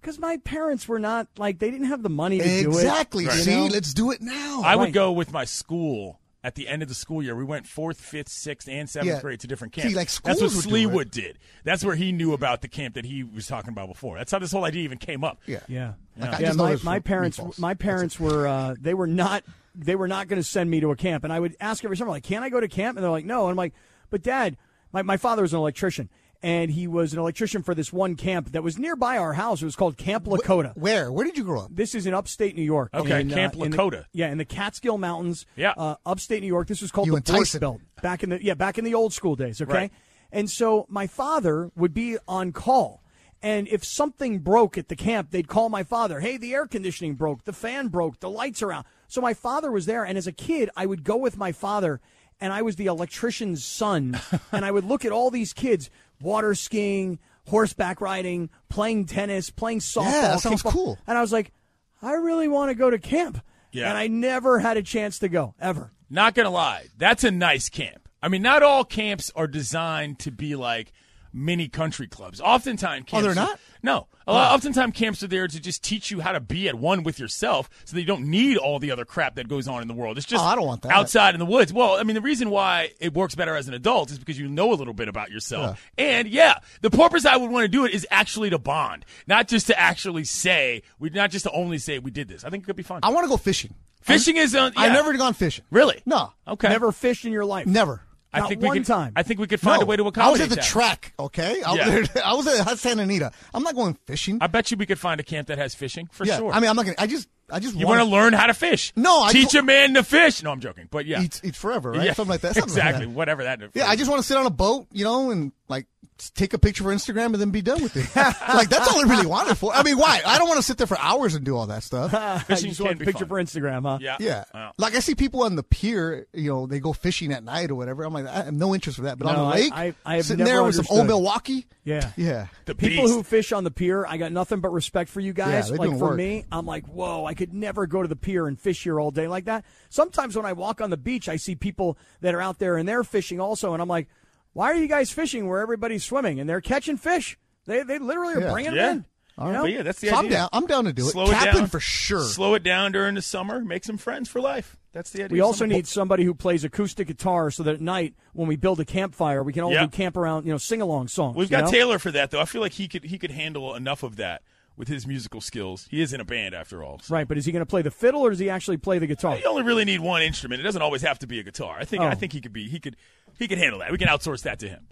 Speaker 4: Because my parents were not like they didn't have the money to do it.
Speaker 2: Exactly.
Speaker 4: you
Speaker 2: See,
Speaker 4: know?
Speaker 2: let's do it now.
Speaker 3: I would go with my school. At the end of the school year, we went fourth, fifth, sixth, and seventh
Speaker 2: Yeah.
Speaker 3: grade to different
Speaker 2: See,
Speaker 3: camps.
Speaker 2: like
Speaker 3: That's what
Speaker 2: schools would do
Speaker 3: Sleewood did. That's where he knew about the camp that he was talking about before. That's how this whole idea even came up.
Speaker 2: Yeah,
Speaker 4: yeah.
Speaker 3: Yeah.
Speaker 4: Yeah, my, my parents, my parents were uh, they were not they were not going to send me to a camp, and I would ask every summer like, "Can I go to camp?" And they're like, "No." And I'm like, "But Dad, my my father was an electrician, and he was an electrician for this one camp that was nearby our house. It was called Camp Lakota.
Speaker 2: Where? Where did you grow up?
Speaker 4: This is in upstate New York.
Speaker 3: Okay,
Speaker 4: in, uh,
Speaker 3: Camp
Speaker 4: in the-
Speaker 3: Lakota.
Speaker 4: yeah, in the Catskill Mountains.
Speaker 3: Yeah.
Speaker 4: uh, upstate New York. This was called
Speaker 2: You
Speaker 4: the
Speaker 2: and
Speaker 4: Bush
Speaker 2: Tyson.
Speaker 4: Belt back in the yeah back in the old school days. Okay,
Speaker 2: Right.
Speaker 4: and so my father would be on call. And if something broke at the camp, they'd call my father. Hey, the air conditioning broke, the fan broke, the lights are out. So my father was there, and as a kid, I would go with my father, and I was the electrician's son, and I would look at all these kids water skiing, horseback riding, playing tennis, playing softball.
Speaker 2: that sounds
Speaker 4: kickball.
Speaker 2: cool.
Speaker 4: And I was like, I really want to go to camp.
Speaker 3: Yeah.
Speaker 4: And I never had a chance to go, ever.
Speaker 3: Not gonna lie, that's a nice camp. I mean, not all camps are designed to be like mini country clubs. Oftentimes, camps
Speaker 2: Oh, they're
Speaker 3: are-
Speaker 2: not?
Speaker 3: no, a lot, oftentimes camps are there to just teach you how to be at one with yourself, so that you don't need all the other crap that goes on in the world. It's just
Speaker 2: Oh, I don't want that.
Speaker 3: outside in the woods. Well, I mean, the reason why it works better as an adult is because you know a little bit about yourself. And yeah, the purpose I would want to do it is actually to bond, not just to actually say we, not just to only say we did this. I think it could be fun.
Speaker 2: I want to go fishing.
Speaker 3: Fishing is on.
Speaker 2: I've
Speaker 3: yeah.
Speaker 2: never gone fishing.
Speaker 3: Really?
Speaker 2: No.
Speaker 3: Okay.
Speaker 4: Never fished in your life.
Speaker 2: Never.
Speaker 3: I
Speaker 4: Not
Speaker 3: think we
Speaker 4: one
Speaker 3: could,
Speaker 4: time.
Speaker 3: I think we could find
Speaker 2: No.
Speaker 3: a way to
Speaker 2: I was
Speaker 3: accommodate
Speaker 2: at the
Speaker 3: that.
Speaker 2: track, okay? I,
Speaker 3: Yeah.
Speaker 2: was, I was at Santa Anita. I'm not going fishing.
Speaker 3: I bet you we could find a camp that has fishing for
Speaker 2: yeah,
Speaker 3: sure.
Speaker 2: I mean, I'm not going to. I just, I just
Speaker 3: you
Speaker 2: wanna-
Speaker 3: want to learn how to fish?
Speaker 2: No, I
Speaker 3: teach
Speaker 2: just-
Speaker 3: a man to fish. No, I'm joking, but yeah,
Speaker 2: Eat, eat forever, right?
Speaker 3: Yeah,
Speaker 2: Something like that. Something like
Speaker 3: exactly,
Speaker 2: that.
Speaker 3: whatever that.
Speaker 2: Yeah, I just want to sit on a boat, you know, and like s- take a picture for Instagram and then be done with it. like that's all I really wanted for. I mean, why? I don't want to sit there for hours and do all that stuff.
Speaker 4: you just want a picture for Instagram, huh?
Speaker 3: Yeah.
Speaker 2: Yeah. Like I see people on the pier, you know, they go fishing at night or whatever. I'm like, I have no interest for that. But
Speaker 4: No,
Speaker 2: on
Speaker 4: I-
Speaker 2: the lake,
Speaker 4: I- I have
Speaker 2: sitting
Speaker 4: never
Speaker 2: there with some old
Speaker 4: understood.
Speaker 2: Milwaukee.
Speaker 4: Yeah.
Speaker 2: Yeah. The
Speaker 4: people
Speaker 2: beast.
Speaker 4: who fish on the pier, I got nothing but respect for you guys.
Speaker 2: Yeah, they're
Speaker 4: like
Speaker 2: doing
Speaker 4: for
Speaker 2: work.
Speaker 4: me, I'm like, whoa, I could never go to the pier and fish here all day like that. Sometimes when I walk on the beach, I see people that are out there and they're fishing also, and I'm like, why are you guys fishing where everybody's swimming and they're catching fish? They they literally are
Speaker 2: Yeah.
Speaker 4: bringing
Speaker 3: Yeah.
Speaker 4: them in.
Speaker 3: All
Speaker 4: you
Speaker 3: right.
Speaker 4: know?
Speaker 3: But yeah, that's the
Speaker 2: So I'm
Speaker 3: idea.
Speaker 2: down- I'm down to do it.
Speaker 3: Slow
Speaker 2: Captain
Speaker 3: down
Speaker 2: for sure.
Speaker 3: Slow it down during the summer. Make some friends for life. That's the idea.
Speaker 4: We also
Speaker 3: Some-
Speaker 4: need somebody who plays acoustic guitar so that at night when we build a campfire, we can all
Speaker 3: Yeah.
Speaker 4: do camp around, you know, sing along songs.
Speaker 3: We've
Speaker 4: you
Speaker 3: got
Speaker 4: know?
Speaker 3: Taylor for that though. I feel like he could he could handle enough of that with his musical skills. He is in a band after all. So
Speaker 4: Right, but is he going to play the fiddle or does he actually play the guitar?
Speaker 3: You only really need one instrument. It doesn't always have to be a guitar. I think I
Speaker 4: Oh.
Speaker 3: think he could be he could he could handle that. We can outsource that to him.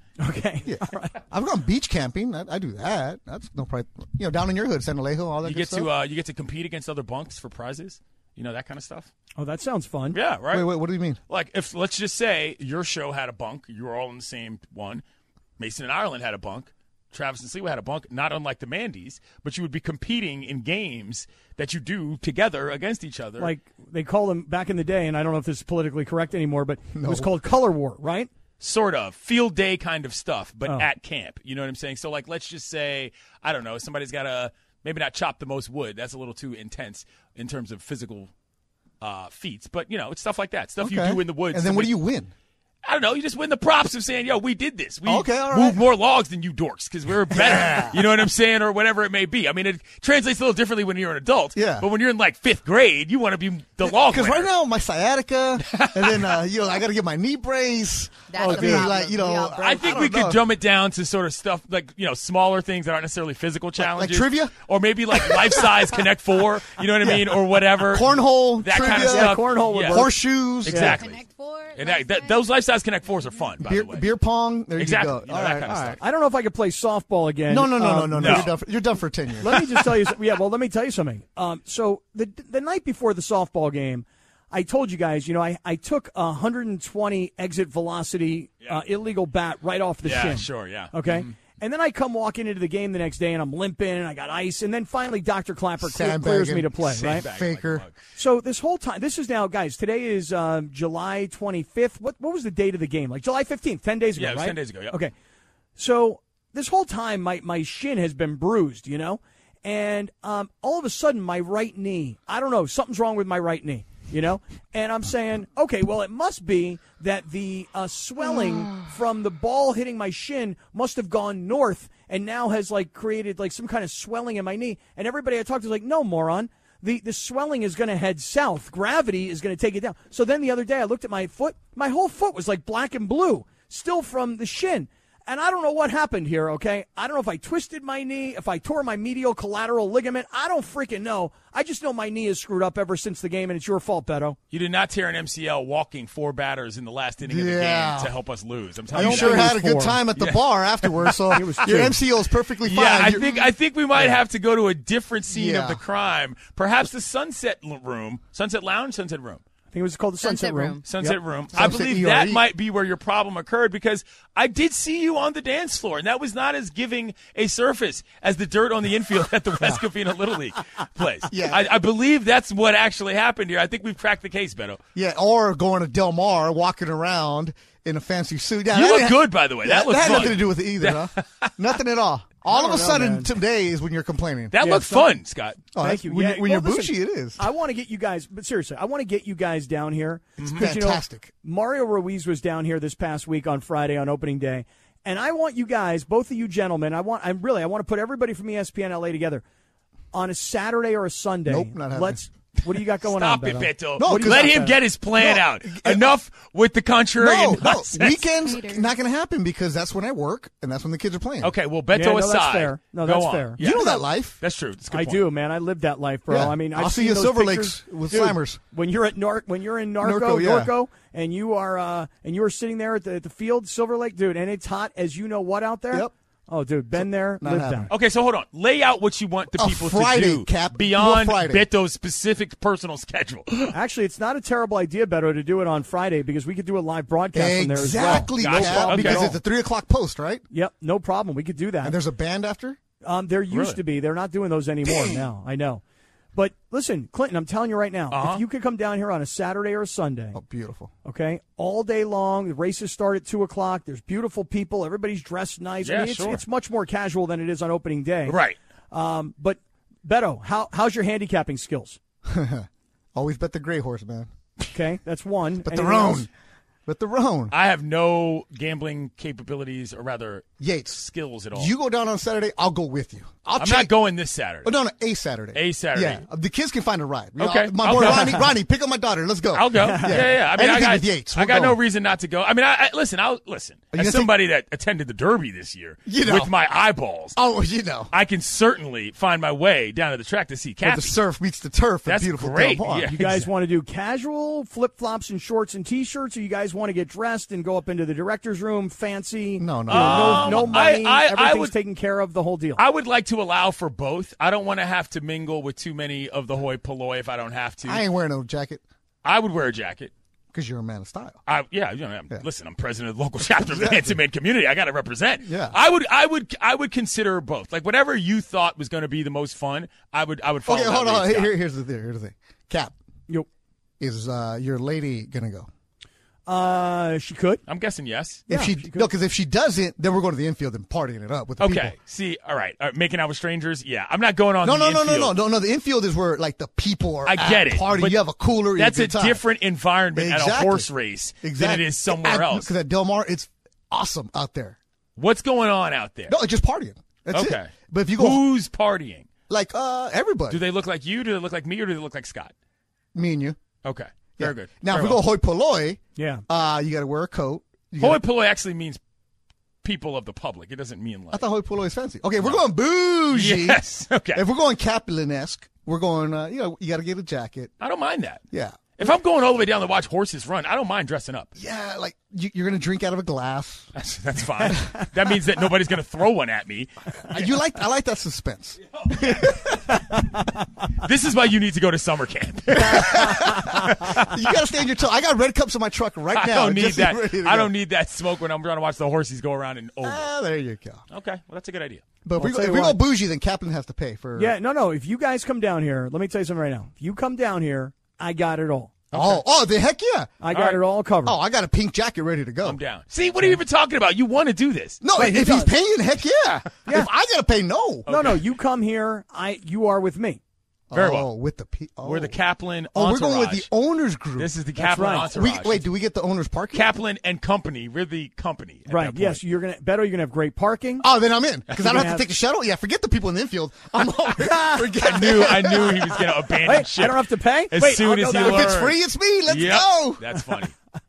Speaker 2: I've gone beach camping. I, I do that. That's no problem. You know, down in your hood, San Alejo, all that.
Speaker 3: You
Speaker 2: good
Speaker 3: get
Speaker 2: stuff.
Speaker 3: to uh, you get to compete against other bunks for prizes. You know that kind of stuff.
Speaker 4: Oh, that sounds fun.
Speaker 3: Yeah, right.
Speaker 2: Wait, wait. What do you mean?
Speaker 3: Like if let's just say your show had a bunk, you were all in the same one. Mason and Ireland had a bunk. Travis and Sliwa had a bunk, not unlike the Mandy's, but you would be competing in games that you do together against each other.
Speaker 4: like they called them back in the day, and I don't know if this is politically correct anymore, but it was
Speaker 3: No.
Speaker 4: called color war, right?
Speaker 3: sort of field day kind of stuff, but
Speaker 4: Oh.
Speaker 3: at camp. You know what I'm saying? So like let's just say I don't know, somebody's got to maybe not chop the most wood. That's a little too intense in terms of physical uh, feats, but you know, it's stuff like that. Stuff you
Speaker 2: Okay.
Speaker 3: do in the woods.
Speaker 2: And then what do
Speaker 3: Somebody-
Speaker 2: you win?
Speaker 3: I don't know. You just win the props of saying, "Yo, we did this. We
Speaker 2: Okay, all right.
Speaker 3: moved more logs than you dorks because we were better." You know what I'm saying, or whatever it may be. I mean, it translates a little differently when you're an adult.
Speaker 2: Yeah.
Speaker 3: But when you're in like fifth grade, you want to be the log
Speaker 2: Because
Speaker 3: winner.
Speaker 2: right now my sciatica, and then uh, you know I got to get my knee brace.
Speaker 12: That's
Speaker 2: oh,
Speaker 12: the
Speaker 2: dude,
Speaker 12: problem.
Speaker 2: like you know, Uh,
Speaker 12: We all broke.
Speaker 3: I think
Speaker 2: don't
Speaker 3: we
Speaker 2: know.
Speaker 3: could dumb it down to sort of stuff like you know smaller things that aren't necessarily physical challenges,
Speaker 2: trivia?
Speaker 3: or maybe like life-size Connect Four. You know what I mean, or whatever.
Speaker 2: Cornhole,
Speaker 3: that kind
Speaker 2: trivia.
Speaker 3: of stuff.
Speaker 2: Yeah, cornhole would work. Horseshoes.
Speaker 3: exactly.
Speaker 2: Yeah.
Speaker 3: Connect Four. And that, that, those life-size Connect Fours are fun. By
Speaker 2: beer,
Speaker 3: the way,
Speaker 2: beer pong. There
Speaker 3: Exactly.
Speaker 2: you go.
Speaker 3: You know,
Speaker 2: all
Speaker 3: that
Speaker 2: right,
Speaker 3: kind of
Speaker 2: all
Speaker 3: stuff.
Speaker 2: right.
Speaker 4: I don't know if I could play softball again.
Speaker 2: No, no, no,
Speaker 4: Um,
Speaker 2: no, no, no. You're done. For, you're done for ten years.
Speaker 4: Let me just tell you. Yeah, well, let me tell you something. Um, so the the night before the softball game, I told you guys, you know, I, I took a 120 exit velocity uh, illegal bat right off the
Speaker 3: Yeah,
Speaker 4: shin.
Speaker 3: sure, yeah.
Speaker 4: Okay.
Speaker 3: Mhm.
Speaker 4: And then I come walking into the game the next day and I'm limping and I got ice. And then finally, Dr. Clapper clear,
Speaker 2: Sandbagging.
Speaker 4: clears me to play, right?
Speaker 2: Sandbagging like a Faker. mug.
Speaker 4: So this whole time, this is now, guys, today is uh, July 25th. What, what was the date of the game? Like July 15th, 10 days ago,
Speaker 3: Yeah, it was
Speaker 4: right?
Speaker 3: 10 days ago, yeah.
Speaker 4: Okay. So this whole time, my, my shin has been bruised, you know? And um, all of a sudden, my right knee, I don't know, something's wrong with my right knee, you know? And I'm saying, okay, well, it must be that the uh, swelling from the ball hitting my shin must have gone north and now has like created like some kind of swelling in my knee. And everybody I talked to was like, no, moron. The, the swelling is going to head south. Gravity is going to take it down. So then the other day I looked at my foot. My whole foot was like black and blue, still from the shin. And I don't know what happened here, okay? I don't know if I twisted my knee, if I tore my medial collateral ligament. I don't freaking know. I just know my knee is screwed up ever since the game, and it's your fault, Beto.
Speaker 3: You did not tear an MCL walking four batters in the last inning of the
Speaker 4: Yeah.
Speaker 3: game to help us lose. I'm telling
Speaker 2: You
Speaker 3: you,
Speaker 2: sure
Speaker 3: that.
Speaker 2: had a good time at the
Speaker 3: Yeah.
Speaker 2: bar afterwards, so your
Speaker 3: two.
Speaker 2: MCO is perfectly fine.
Speaker 3: Yeah, I
Speaker 2: You're-
Speaker 3: think I think we might have to go to a different scene
Speaker 2: Yeah.
Speaker 3: of the crime. Perhaps the Sunset l- Room, Sunset Lounge, Sunset Room.
Speaker 4: I think it was called the Sunset, Room.
Speaker 3: Sunset
Speaker 4: Yep.
Speaker 3: Room. I believe that might be where your problem occurred because I did see you on the dance floor, and that was not as giving a surface as the dirt on the infield at the West Covina Little League place.
Speaker 2: Yeah.
Speaker 3: I, I believe that's what actually happened here. I think we've cracked the case, Beto.
Speaker 2: Yeah, or going to Del Mar, walking around in a fancy suit. Yeah,
Speaker 3: You
Speaker 2: that
Speaker 3: look
Speaker 2: had-
Speaker 3: good, by the way. That looked
Speaker 2: had
Speaker 3: fun.
Speaker 2: nothing to do with it either, huh? nothing at all. All of a sudden, today is when you're complaining.
Speaker 3: That looked fun, Scott.
Speaker 2: Oh, that's-
Speaker 4: Thank you.
Speaker 2: When,
Speaker 4: Yeah,
Speaker 2: you, when
Speaker 4: well,
Speaker 2: you're
Speaker 4: listen,
Speaker 2: bushy, it is.
Speaker 4: I want to get you guys, but seriously, I want to get you guys down here. It's
Speaker 2: Mhm. fantastic.
Speaker 4: Mario Ruiz was down here this past week on Friday on opening day, and I want you guys, both of you gentlemen, I want, I really, I want to put everybody from E ESPN LA together on a Saturday or a Sunday.
Speaker 2: Nope, not happening.
Speaker 4: Let's. What do you got going
Speaker 3: Stop
Speaker 4: on?
Speaker 3: it, Beto.
Speaker 4: What do you
Speaker 3: Let
Speaker 4: got
Speaker 3: him
Speaker 4: going-
Speaker 3: get his plan
Speaker 2: No.
Speaker 3: out. Enough with the contrarian
Speaker 2: No, no,
Speaker 3: nonsense.
Speaker 2: weekends not going to happen because that's when I work and that's when the kids are playing.
Speaker 3: Okay, well, Beto
Speaker 4: Yeah, no, that's
Speaker 3: aside.
Speaker 4: fair. No,
Speaker 3: go
Speaker 4: that's
Speaker 3: on.
Speaker 4: fair.
Speaker 3: Yeah.
Speaker 2: You know that life.
Speaker 3: That's true. That's a good
Speaker 4: I
Speaker 3: point.
Speaker 4: do, man. I lived that life, bro.
Speaker 2: Yeah.
Speaker 4: I mean,
Speaker 2: I'll
Speaker 4: I've
Speaker 2: see
Speaker 4: seen
Speaker 2: you at
Speaker 4: those
Speaker 2: Silver
Speaker 4: pictures.
Speaker 2: Lakes with
Speaker 4: Dude,
Speaker 2: Slimers.
Speaker 4: When you're at Nar- when you're in Narco,
Speaker 2: Norco,
Speaker 4: Norco,
Speaker 2: yeah.
Speaker 4: and you are uh, and you're sitting there at the, at the field, Silver Lake, dude, and it's hot as you know what out there.
Speaker 2: Yep.
Speaker 4: Oh, dude, been there,
Speaker 2: not
Speaker 4: lived
Speaker 2: happening.
Speaker 4: that.
Speaker 3: Okay, so hold on. Lay out what you want the
Speaker 2: A
Speaker 3: people
Speaker 2: Friday,
Speaker 3: to do
Speaker 2: Cap.
Speaker 3: beyond
Speaker 2: Do a Friday.
Speaker 3: Beto's specific personal schedule.
Speaker 4: Actually, it's not a terrible idea, Beto, to do it on Friday because we could do a live broadcast from there as well.
Speaker 2: Exactly,
Speaker 3: Gotcha.
Speaker 2: Cap,
Speaker 3: Okay.
Speaker 2: because
Speaker 3: Okay.
Speaker 2: it's a three o'clock post, right?
Speaker 4: Yep, no problem. We could do that.
Speaker 2: And there's a band after.
Speaker 4: Um, there used
Speaker 3: Really?
Speaker 4: to be. They're not doing those anymore now. I know. But listen, Clinton, I'm telling you right now,
Speaker 3: Uh-huh.
Speaker 4: if you could come down here on a Saturday or a Sunday,
Speaker 2: Oh, beautiful.
Speaker 4: okay, all day long, the races start at two o'clock. There's beautiful people. Everybody's dressed nice.
Speaker 3: Yeah,
Speaker 4: it's,
Speaker 3: sure.
Speaker 4: it's much more casual than it is on opening day.
Speaker 3: right.
Speaker 4: Um, but Beto, how, how's your handicapping skills?
Speaker 2: Always bet the gray horse, man.
Speaker 4: Okay, that's one.
Speaker 2: Bet the
Speaker 4: Anything
Speaker 2: roan.
Speaker 4: else?
Speaker 2: Bet the roan.
Speaker 3: I have no gambling capabilities or rather
Speaker 2: Yates.
Speaker 3: skills at all.
Speaker 2: You go down on Saturday. I'll go with you. I'll
Speaker 3: I'm
Speaker 2: check.
Speaker 3: not going this Saturday.
Speaker 2: Oh, no, no, a Saturday.
Speaker 3: A Saturday.
Speaker 2: Yeah, the kids can find a ride. You know,
Speaker 3: Okay,
Speaker 2: my
Speaker 3: I'll
Speaker 2: boy
Speaker 3: go.
Speaker 2: Ronnie, Ronnie, pick up my daughter. Let's go.
Speaker 3: I'll go. Yeah, yeah. I mean,
Speaker 2: Anything
Speaker 3: I got,
Speaker 2: with Yates.
Speaker 3: I
Speaker 2: we're
Speaker 3: got no
Speaker 2: going.
Speaker 3: reason not to go. I mean, I, I listen. I'll listen.
Speaker 2: you
Speaker 3: As
Speaker 2: gonna
Speaker 3: somebody that attended the Derby this year
Speaker 2: You know.
Speaker 3: with my eyeballs,
Speaker 2: Oh, you know,
Speaker 3: I can certainly find my way down to the track to see
Speaker 2: where
Speaker 3: Kathy.
Speaker 2: the surf meets the turf.
Speaker 3: That's
Speaker 2: at beautiful
Speaker 3: great,
Speaker 2: Del Mar.
Speaker 3: yeah.
Speaker 4: You guys want to do casual flip flops and shorts and t shirts, or you guys want to get dressed and go up into the director's room, fancy?
Speaker 2: No, no,
Speaker 4: you know,
Speaker 3: Um,
Speaker 4: no, no money.
Speaker 3: I- I- I
Speaker 4: everything's
Speaker 3: would-
Speaker 4: taken care of. The whole deal.
Speaker 3: I would like to allow for both. I don't want to have to mingle with too many of the hoi polloi if I don't have to.
Speaker 2: I ain't wearing no jacket
Speaker 3: I would wear a jacket.
Speaker 2: because you're a man of style.
Speaker 3: I, yeah, you know, I'm-
Speaker 2: Yeah.
Speaker 3: listen, I'm president of the local chapter of the Handsome Man community. I got to represent.
Speaker 2: Yeah.
Speaker 3: I would, I would, I would consider both. Like whatever you thought was going to be the most fun, I would, I would follow.
Speaker 2: Okay,
Speaker 3: that
Speaker 2: hold
Speaker 3: lead,
Speaker 2: on. Here,
Speaker 3: Scott.
Speaker 2: here- here's the thing. Here's the thing. Cap
Speaker 4: Yo,
Speaker 2: is uh, your lady gonna go?
Speaker 4: uh, she could.
Speaker 3: I'm guessing yes.
Speaker 2: If she, no, because if she doesn't, then we're going to the infield and partying it up with the
Speaker 3: Okay.
Speaker 2: people.
Speaker 3: See, all right. All right, Making out with strangers. Yeah, I'm not going on.
Speaker 2: No, no,
Speaker 3: the
Speaker 2: no, no,
Speaker 3: infield.
Speaker 2: no, no, no. The infield is where like the people are.
Speaker 3: I get
Speaker 2: at
Speaker 3: it.
Speaker 2: Party.
Speaker 3: but
Speaker 2: You have a cooler. you have
Speaker 3: That's a
Speaker 2: good time.
Speaker 3: different environment at a
Speaker 2: Exactly.
Speaker 3: horse race than it is somewhere else.
Speaker 2: Because at Del Mar, it's awesome out there.
Speaker 3: What's going on out there?
Speaker 2: No, it's just partying. That's
Speaker 3: okay.
Speaker 2: it. But if you go
Speaker 3: who's partying?
Speaker 2: like uh everybody,
Speaker 3: Do they look like you? Do they look like me? Or do they look like Scott?
Speaker 2: me and you.
Speaker 3: Okay.
Speaker 2: Yeah.
Speaker 3: Very good.
Speaker 2: Now
Speaker 3: Very
Speaker 2: if we
Speaker 3: well.
Speaker 2: go hoi polloi,
Speaker 4: Yeah.
Speaker 2: uh, you got to wear a coat. You
Speaker 3: Hoi
Speaker 2: gotta-
Speaker 3: polloi actually means people of the public. It doesn't mean like.
Speaker 2: I thought hoi polloi is fancy. Okay, we're going bougie.
Speaker 3: Yes. Okay.
Speaker 2: If we're going Capulin esque, we're going. Uh, you know, you got to get a jacket.
Speaker 3: I don't mind that.
Speaker 2: Yeah.
Speaker 3: If I'm going all the way down to watch horses run, I don't mind dressing up.
Speaker 2: Yeah, like you, you're gonna drink out of a glass.
Speaker 3: That's, that's fine. that means that nobody's going to throw one at me.
Speaker 2: You like I like that suspense.
Speaker 3: This is why you need to go to summer camp.
Speaker 2: You gotta stay on your toe. I got red cups in my truck right
Speaker 3: I
Speaker 2: now.
Speaker 3: don't need
Speaker 2: just
Speaker 3: that.
Speaker 2: ready to
Speaker 3: I
Speaker 2: go.
Speaker 3: don't need that smoke when I'm trying to watch the horses go around and over.
Speaker 4: Uh,
Speaker 2: Ah, there you go.
Speaker 3: Okay, well that's a good idea.
Speaker 2: But if
Speaker 4: I'll
Speaker 2: we, go,
Speaker 4: tell
Speaker 2: if
Speaker 4: you
Speaker 2: we go
Speaker 4: what.
Speaker 2: bougie, then Kaplan has to pay for.
Speaker 4: Yeah, no, no. If you guys come down here, let me tell you something right now. If you come down here, I got it all.
Speaker 2: Oh, oh, the heck yeah!
Speaker 4: I got it all covered.
Speaker 2: Oh, I got a pink jacket ready to go.
Speaker 4: Oh.
Speaker 3: I'm down. See, what are you even talking about? You want to do this?
Speaker 2: No,
Speaker 4: Right,
Speaker 2: if
Speaker 4: it
Speaker 2: he's
Speaker 4: does.
Speaker 2: paying, heck yeah.
Speaker 4: Yeah.
Speaker 2: If I gotta pay, no.
Speaker 4: No, no. You come here, I you are with me.
Speaker 3: Oh, Very
Speaker 2: oh,
Speaker 3: well.
Speaker 2: With the P- oh.
Speaker 3: We're the Kaplan
Speaker 2: Oh, we're
Speaker 3: entourage.
Speaker 2: going with the owners group.
Speaker 3: This is the
Speaker 4: That's
Speaker 3: Kaplan
Speaker 4: right.
Speaker 2: we,
Speaker 3: entourage.
Speaker 2: wait, do we get the owners parking?
Speaker 3: Kaplan and company. We're the company. at that
Speaker 4: Right.
Speaker 3: point.
Speaker 4: Yes, you're gonna better you're gonna have great parking.
Speaker 2: Oh, then I'm in because I don't
Speaker 4: You're gonna
Speaker 2: have
Speaker 4: have-
Speaker 2: to take the shuttle. Yeah, forget the people in the infield. I'm all
Speaker 3: I
Speaker 2: forget
Speaker 3: knew. I knew he was going to abandon
Speaker 4: Wait,
Speaker 3: ship.
Speaker 4: I don't have to pay?
Speaker 3: As
Speaker 4: Wait,
Speaker 3: soon
Speaker 4: I'll
Speaker 3: as
Speaker 4: go
Speaker 3: he
Speaker 4: down.
Speaker 2: If it's
Speaker 3: learned.
Speaker 2: free, it's me. Let's
Speaker 3: Yep,
Speaker 2: go.
Speaker 3: That's funny.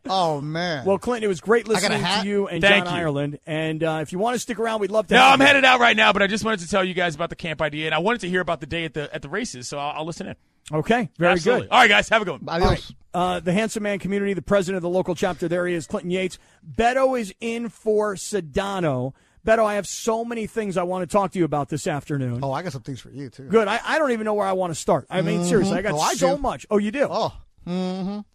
Speaker 2: Oh man.
Speaker 4: Well, Clinton, it was great
Speaker 2: got a
Speaker 4: listening
Speaker 2: hat.
Speaker 4: to you and
Speaker 3: Thank
Speaker 4: John
Speaker 3: you.
Speaker 4: Ireland. And uh, if you want to stick around, we'd love to.
Speaker 3: No,
Speaker 4: have
Speaker 3: I'm
Speaker 4: you.
Speaker 3: headed out right now, but I just wanted to tell you guys about the camp idea, and I wanted to hear about the day at the at the races, so I'll, I'll listen in.
Speaker 4: Okay, very
Speaker 3: Absolutely.
Speaker 4: good.
Speaker 3: All right, guys, have a good one.
Speaker 2: Adios.
Speaker 4: Uh, the Handsome Man community, the president of the local chapter, there he is, Clinton Yates. Beto is in for Sedano. Beto, I have so many things I want to talk to you about this afternoon.
Speaker 2: Oh, I got some things for you too.
Speaker 4: Good. I, I don't even know where I want to start. I mean, seriously, I got
Speaker 2: Oh, I
Speaker 4: so
Speaker 2: do.
Speaker 4: much. Oh, you do?
Speaker 2: Oh,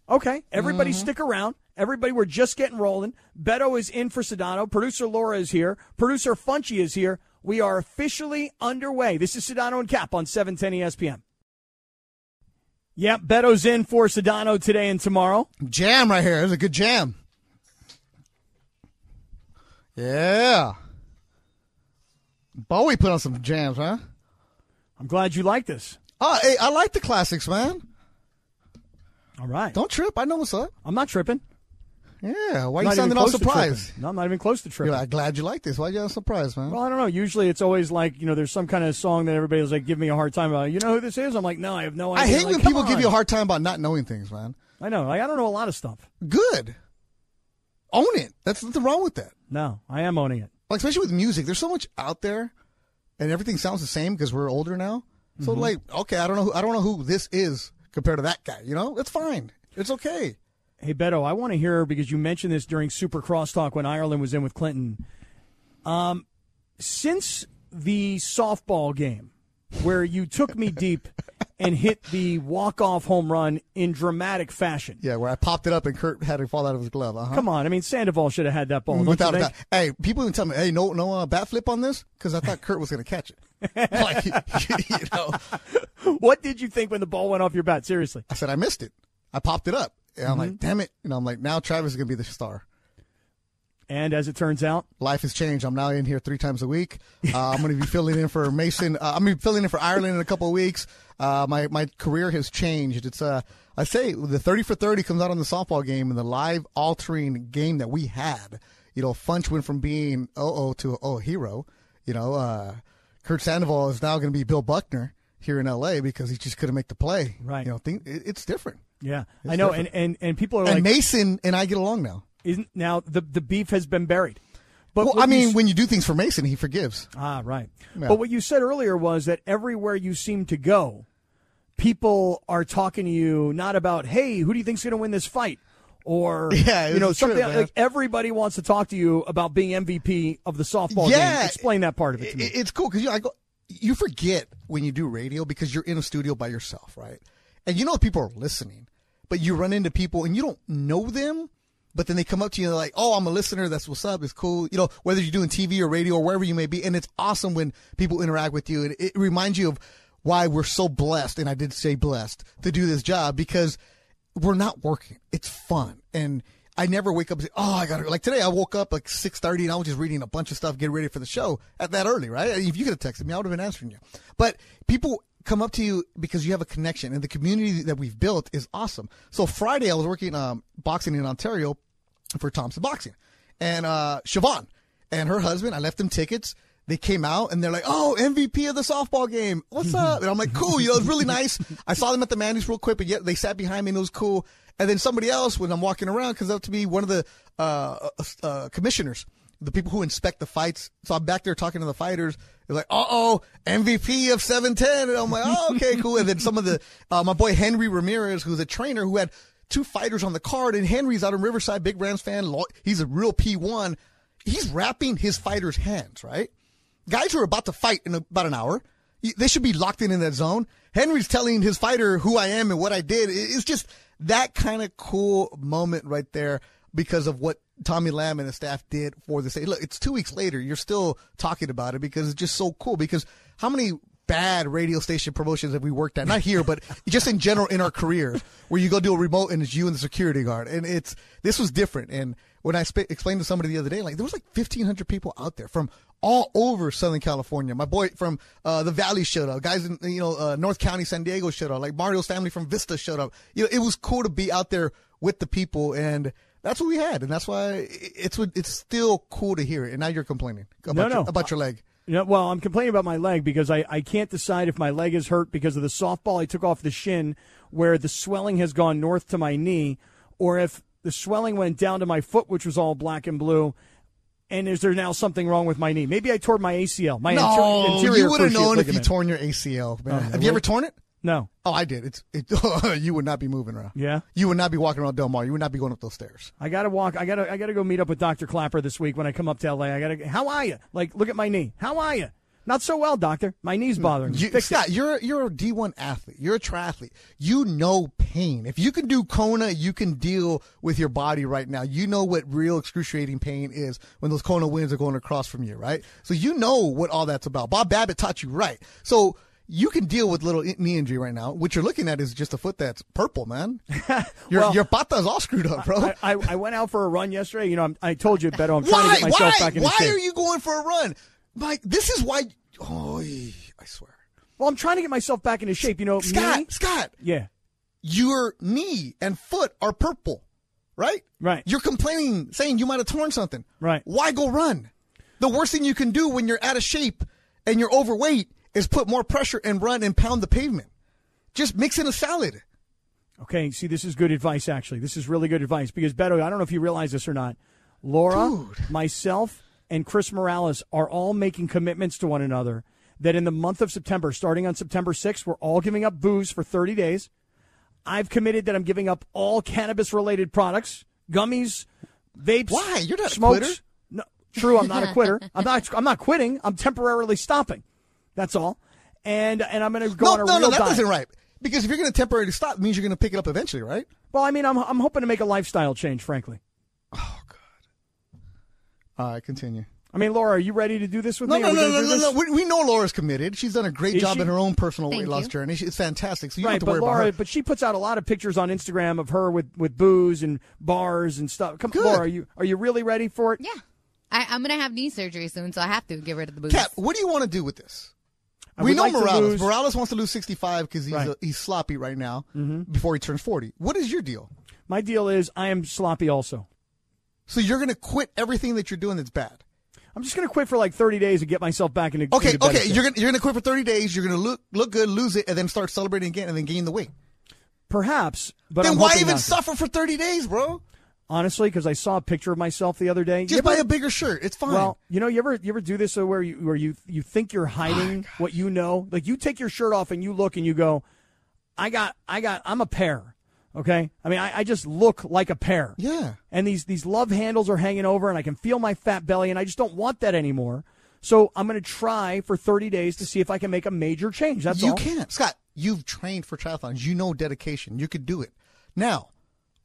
Speaker 4: Okay. Everybody
Speaker 2: Mm-hmm.
Speaker 4: stick around. Everybody, we're just getting rolling. Beto is in for Sedano. Producer Laura is here. Producer Funchy is here. We are officially underway. This is Sedano and Cap on E 710 ESPN. Yep, Beto's in for Sedano today and tomorrow.
Speaker 2: jam right here. It was a good jam. Yeah. Bowie put on some jams, huh?
Speaker 4: I'm glad you like this.
Speaker 2: Oh, hey, I like the classics, man.
Speaker 4: All right.
Speaker 2: Don't trip. I know what's up.
Speaker 4: I'm not tripping.
Speaker 2: Yeah. Why you
Speaker 4: Not even
Speaker 2: sounding all
Speaker 4: close to tripping.
Speaker 2: surprised?
Speaker 4: No, I'm not even close to tripping.
Speaker 2: You're like, glad you like this. Why you all surprised, man?
Speaker 4: Well, I don't know. Usually it's always like, you know, there's some kind of song that everybody's like, give me a hard time about. You know who this is? I'm like, no, I have no
Speaker 2: I
Speaker 4: idea.
Speaker 2: hate
Speaker 4: Like,
Speaker 2: when
Speaker 4: come
Speaker 2: people give you a
Speaker 4: on.
Speaker 2: hard time about not knowing things, man.
Speaker 4: I know. Like, I don't know a lot of stuff.
Speaker 2: Good. Own it. That's nothing wrong with that.
Speaker 4: No, I am owning it.
Speaker 2: Like, especially with music, there's so much out there, and everything sounds the same because we're older now. So, like, okay, I don't know, who, I don't know who this is compared to that guy. You know, it's fine. It's okay.
Speaker 4: Hey, Beto, I want to hear because you mentioned this during Super Crosstalk when Ireland was in with Clinton. Um, since the softball game where you took me deep and hit the walk-off home run in dramatic fashion.
Speaker 2: Yeah, where I popped it up and Kurt had it fall out of his glove. Uh huh.
Speaker 4: Come on. I mean, Sandoval should have had that ball. don't you
Speaker 2: Without a
Speaker 4: think?
Speaker 2: doubt. Hey, people even tell me, hey, no, no uh, bat flip on this because I thought Kurt was gonna catch it. like, you know,
Speaker 4: What did you think when the ball went off your bat? Seriously.
Speaker 2: I said I missed it. I popped it up, and I'm like, damn it. And I'm like, now Travis is gonna be the star.
Speaker 4: And as it turns out,
Speaker 2: life has changed. I'm now in here three times a week. Uh, I'm going to be filling in for Mason. Uh, I'm going to be filling in for Ireland in a couple of weeks. Uh, my my career has changed. It's uh, I say the 30 for 30 comes out on the softball game and the live altering game that we had. You know, Funch went from being oh oh to oh hero. You know, uh, Kurt Sandoval is now going to be Bill Buckner here in L.A. because he just couldn't make the play.
Speaker 4: Right.
Speaker 2: You know, think, it, it's different.
Speaker 4: yeah, I know. And, and, and people are
Speaker 2: and
Speaker 4: like,
Speaker 2: Mason and I get along now.
Speaker 4: isn't now the, the beef has been buried. But
Speaker 2: Well,
Speaker 4: what
Speaker 2: I
Speaker 4: you
Speaker 2: mean,
Speaker 4: s-
Speaker 2: when you do things for Mason, he forgives.
Speaker 4: ah, right.
Speaker 2: Yeah.
Speaker 4: But what you said earlier was that everywhere you seem to go, people are talking to you not about, hey, who do you think's going to win this fight? Or
Speaker 2: Yeah, it
Speaker 4: you know
Speaker 2: was the truth,
Speaker 4: something
Speaker 2: man.
Speaker 4: like everybody wants to talk to you about being MVP of the softball game.
Speaker 2: Yeah.
Speaker 4: Explain that part of it to me.
Speaker 2: It- It's cool because you, I go, you forget when you do radio because you're in a studio by yourself, right? And you know people are listening, but you run into people and you don't know them, but then they come up to you and they're like, "Oh, I'm a listener. That's what's up. It's cool." You know, whether you're doing TV or radio or wherever you may be, and it's awesome when people interact with you. And it reminds you of why we're so blessed, and I did say blessed to do this job because we're not working. It's fun. And I never wake up and say, Oh, I gotta like today I woke up like six thirty and I was just reading a bunch of stuff, getting ready for the show at that early, right? If you could have texted me, I would have been answering you. But people come up to you because you have a connection and the community that we've built is awesome. So Friday I was working um boxing in Ontario for Thompson Boxing. And uh Siobhan and her husband, I left them tickets. They came out and they're like, "Oh, MVP of the softball game. What's up?" And I'm like, "Cool, you know, it's really nice." I saw them at the Mandy's real quick, but yet they sat behind me and it was cool. And then somebody else, when I'm walking around, comes up to me, one of the uh, uh, uh, commissioners, the people who inspect the fights. So I'm back there talking to the fighters. They're like, uh oh, MVP of 710. And I'm like, oh, okay, cool. And then some of the, uh, my boy Henry Ramirez, who's a trainer who had two fighters on the card, and Henry's out in Riverside, big Rams fan. lo- He's a real P1. He's wrapping his fighters' hands, right? Guys who are about to fight in about an hour, y- they should be locked in in that zone. Henry's telling his fighter who I am and what I did. I- It's just that kind of cool moment right there because of what Tommy Lamb and his staff did for this. Look, it's two weeks later. You're still talking about it because it's just so cool. Because how many bad radio station promotions have we worked at? Not here, but just in general in our careers, where you go do a remote and it's you and the security guard. And it's this was different. And when I sp- explained to somebody the other day, like there was like 1,500 people out there from all over Southern California. My boy from uh, the Valley showed up. Guys in you know uh, North County, San Diego showed up. Like Mario's family from Vista showed up. You know, it was cool to be out there with the people and. That's what we had, and that's why i- it's what- it's still cool to hear it. And now you're complaining about,
Speaker 4: No,
Speaker 2: your,
Speaker 4: no.
Speaker 2: about your leg.
Speaker 4: No, well, I'm complaining about my leg because I, I can't decide if my leg is hurt because of the softball I took off the shin where the swelling has gone north to my knee or if the swelling went down to my foot, which was all black and blue. And is there now something wrong with my knee? Maybe I tore my ACL. My
Speaker 2: no,
Speaker 4: anter- anterior
Speaker 2: you would have
Speaker 4: cruciate
Speaker 2: known if you
Speaker 4: ligament.
Speaker 2: torn your ACL. Man.
Speaker 4: Oh,
Speaker 2: have
Speaker 4: no,
Speaker 2: you ever
Speaker 4: wait.
Speaker 2: torn it?
Speaker 4: No.
Speaker 2: Oh, I did. It's it, you would not be moving around.
Speaker 4: Yeah.
Speaker 2: you would not be walking around Del Mar. You would not be going up those stairs.
Speaker 4: I gotta walk. I gotta. I gotta go meet up with Doctor Clapper this week when I come up to LA. I gotta. How are you? Like, look at my knee. How are you? Not so well, doctor. My knee's bothering me.
Speaker 2: Mm. You,
Speaker 4: Fix it.
Speaker 2: Scott, you're you're a D1 athlete. You're a triathlete. You know pain. If you can do Kona, you can deal with your body right now. You know what real excruciating pain is when those Kona winds are going across from you, right? So you know what all that's about. Bob Babbitt taught you right. So you can deal with little i- knee injury right now. What you're looking at is just a foot that's purple, man. Your your pata's all screwed up, bro.
Speaker 4: I, I, I went out for a run yesterday. You know, I'm, I told you, Beto, I'm trying
Speaker 2: why?
Speaker 4: to get myself
Speaker 2: why?
Speaker 4: back into
Speaker 2: why
Speaker 4: shape.
Speaker 2: are you going for a run, Mike? This is why. Oh, I swear,
Speaker 4: Well, I'm trying to get myself back into shape. You know,
Speaker 2: Scott.
Speaker 4: me-
Speaker 2: Scott.
Speaker 4: Yeah.
Speaker 2: your knee and foot are purple, right?
Speaker 4: Right.
Speaker 2: You're complaining, saying you might have torn something.
Speaker 4: Right.
Speaker 2: Why go run? The worst thing you can do when you're out of shape and you're overweight is put more pressure and run and pound the pavement. Just mix in a salad.
Speaker 4: Okay. See, this is good advice. Actually, this is really good advice because Beto, I don't know if you realize this or not. Laura, myself, and Chris Morales are all making commitments to one another that in the month of September, starting on September 6th, we're all giving up booze for 30 days. I've committed that I'm giving up all cannabis-related products, gummies, vapes.
Speaker 2: Why? You're not a
Speaker 4: smokes.
Speaker 2: quitter.
Speaker 4: No, true. I'm not a quitter. I'm not. I'm not quitting. I'm temporarily stopping. That's all. And and I'm going to go
Speaker 2: no,
Speaker 4: on a
Speaker 2: no,
Speaker 4: real
Speaker 2: no, that
Speaker 4: diet.
Speaker 2: isn't right. Because if you're going to temporarily stop, it means you're going to pick it up eventually, right?
Speaker 4: Well, I mean, I'm I'm hoping to make a lifestyle change, frankly.
Speaker 2: All right, continue.
Speaker 4: I mean, Laura, are you ready to do this with
Speaker 2: No,
Speaker 4: me?
Speaker 2: no,
Speaker 4: Are we
Speaker 2: no,
Speaker 4: gonna
Speaker 2: no,
Speaker 4: do
Speaker 2: no,
Speaker 4: this?
Speaker 2: no. We, we know Laura's committed. She's done a great
Speaker 4: Is
Speaker 2: job
Speaker 4: she?
Speaker 2: in her own personal
Speaker 4: Thank
Speaker 2: weight loss
Speaker 4: you.
Speaker 2: journey. She- It's fantastic. So you
Speaker 4: right,
Speaker 2: don't have to worry
Speaker 4: but Laura,
Speaker 2: about her.
Speaker 4: but she puts out a lot of pictures on Instagram of her with, with booze and bars and stuff. Come, Laura, are you are you really ready for it?
Speaker 11: Yeah. I, I'm going to have knee surgery soon, so I have to get rid of the booze.
Speaker 2: Cap, what do you want to do with this?
Speaker 11: I
Speaker 2: we
Speaker 11: would
Speaker 2: know
Speaker 11: like to
Speaker 2: Morales.
Speaker 11: lose-
Speaker 2: Morales wants to lose 65 because he's, uh he's sloppy right now
Speaker 4: Mm-hmm.
Speaker 2: before he turns 40. What is your deal?
Speaker 4: My deal is I am sloppy also.
Speaker 2: So you're going to quit everything that you're doing that's bad.
Speaker 4: I'm just going to quit for like 30 days and get myself back into
Speaker 2: Okay,
Speaker 4: into better
Speaker 2: okay.
Speaker 4: shape.
Speaker 2: You're going to you're going to quit for 30 days. You're going to look look good, lose it, and then start celebrating again, and then gain the weight.
Speaker 4: perhaps, but
Speaker 2: then
Speaker 4: I'm
Speaker 2: why
Speaker 4: hoping
Speaker 2: even
Speaker 4: not to.
Speaker 2: suffer for 30 days, bro?
Speaker 4: Honestly, because I saw a picture of myself the other day. You
Speaker 2: Just
Speaker 4: ever-
Speaker 2: buy a bigger shirt. It's fine.
Speaker 4: Well, you know, you ever you ever do this uh, where you where you you think
Speaker 2: Oh
Speaker 4: you're hiding what you know? Like you take your shirt off and you look and you go, I got I got I'm a pear. Okay? I mean I, I just look like a pear.
Speaker 2: Yeah.
Speaker 4: And these these love handles are hanging over and I can feel my fat belly and I just don't want that anymore. So I'm gonna try for thirty days to see if I can make a major change. That's
Speaker 2: you
Speaker 4: all.
Speaker 2: can't. Scott, you've trained for triathlons. You know dedication. You could do it. Now,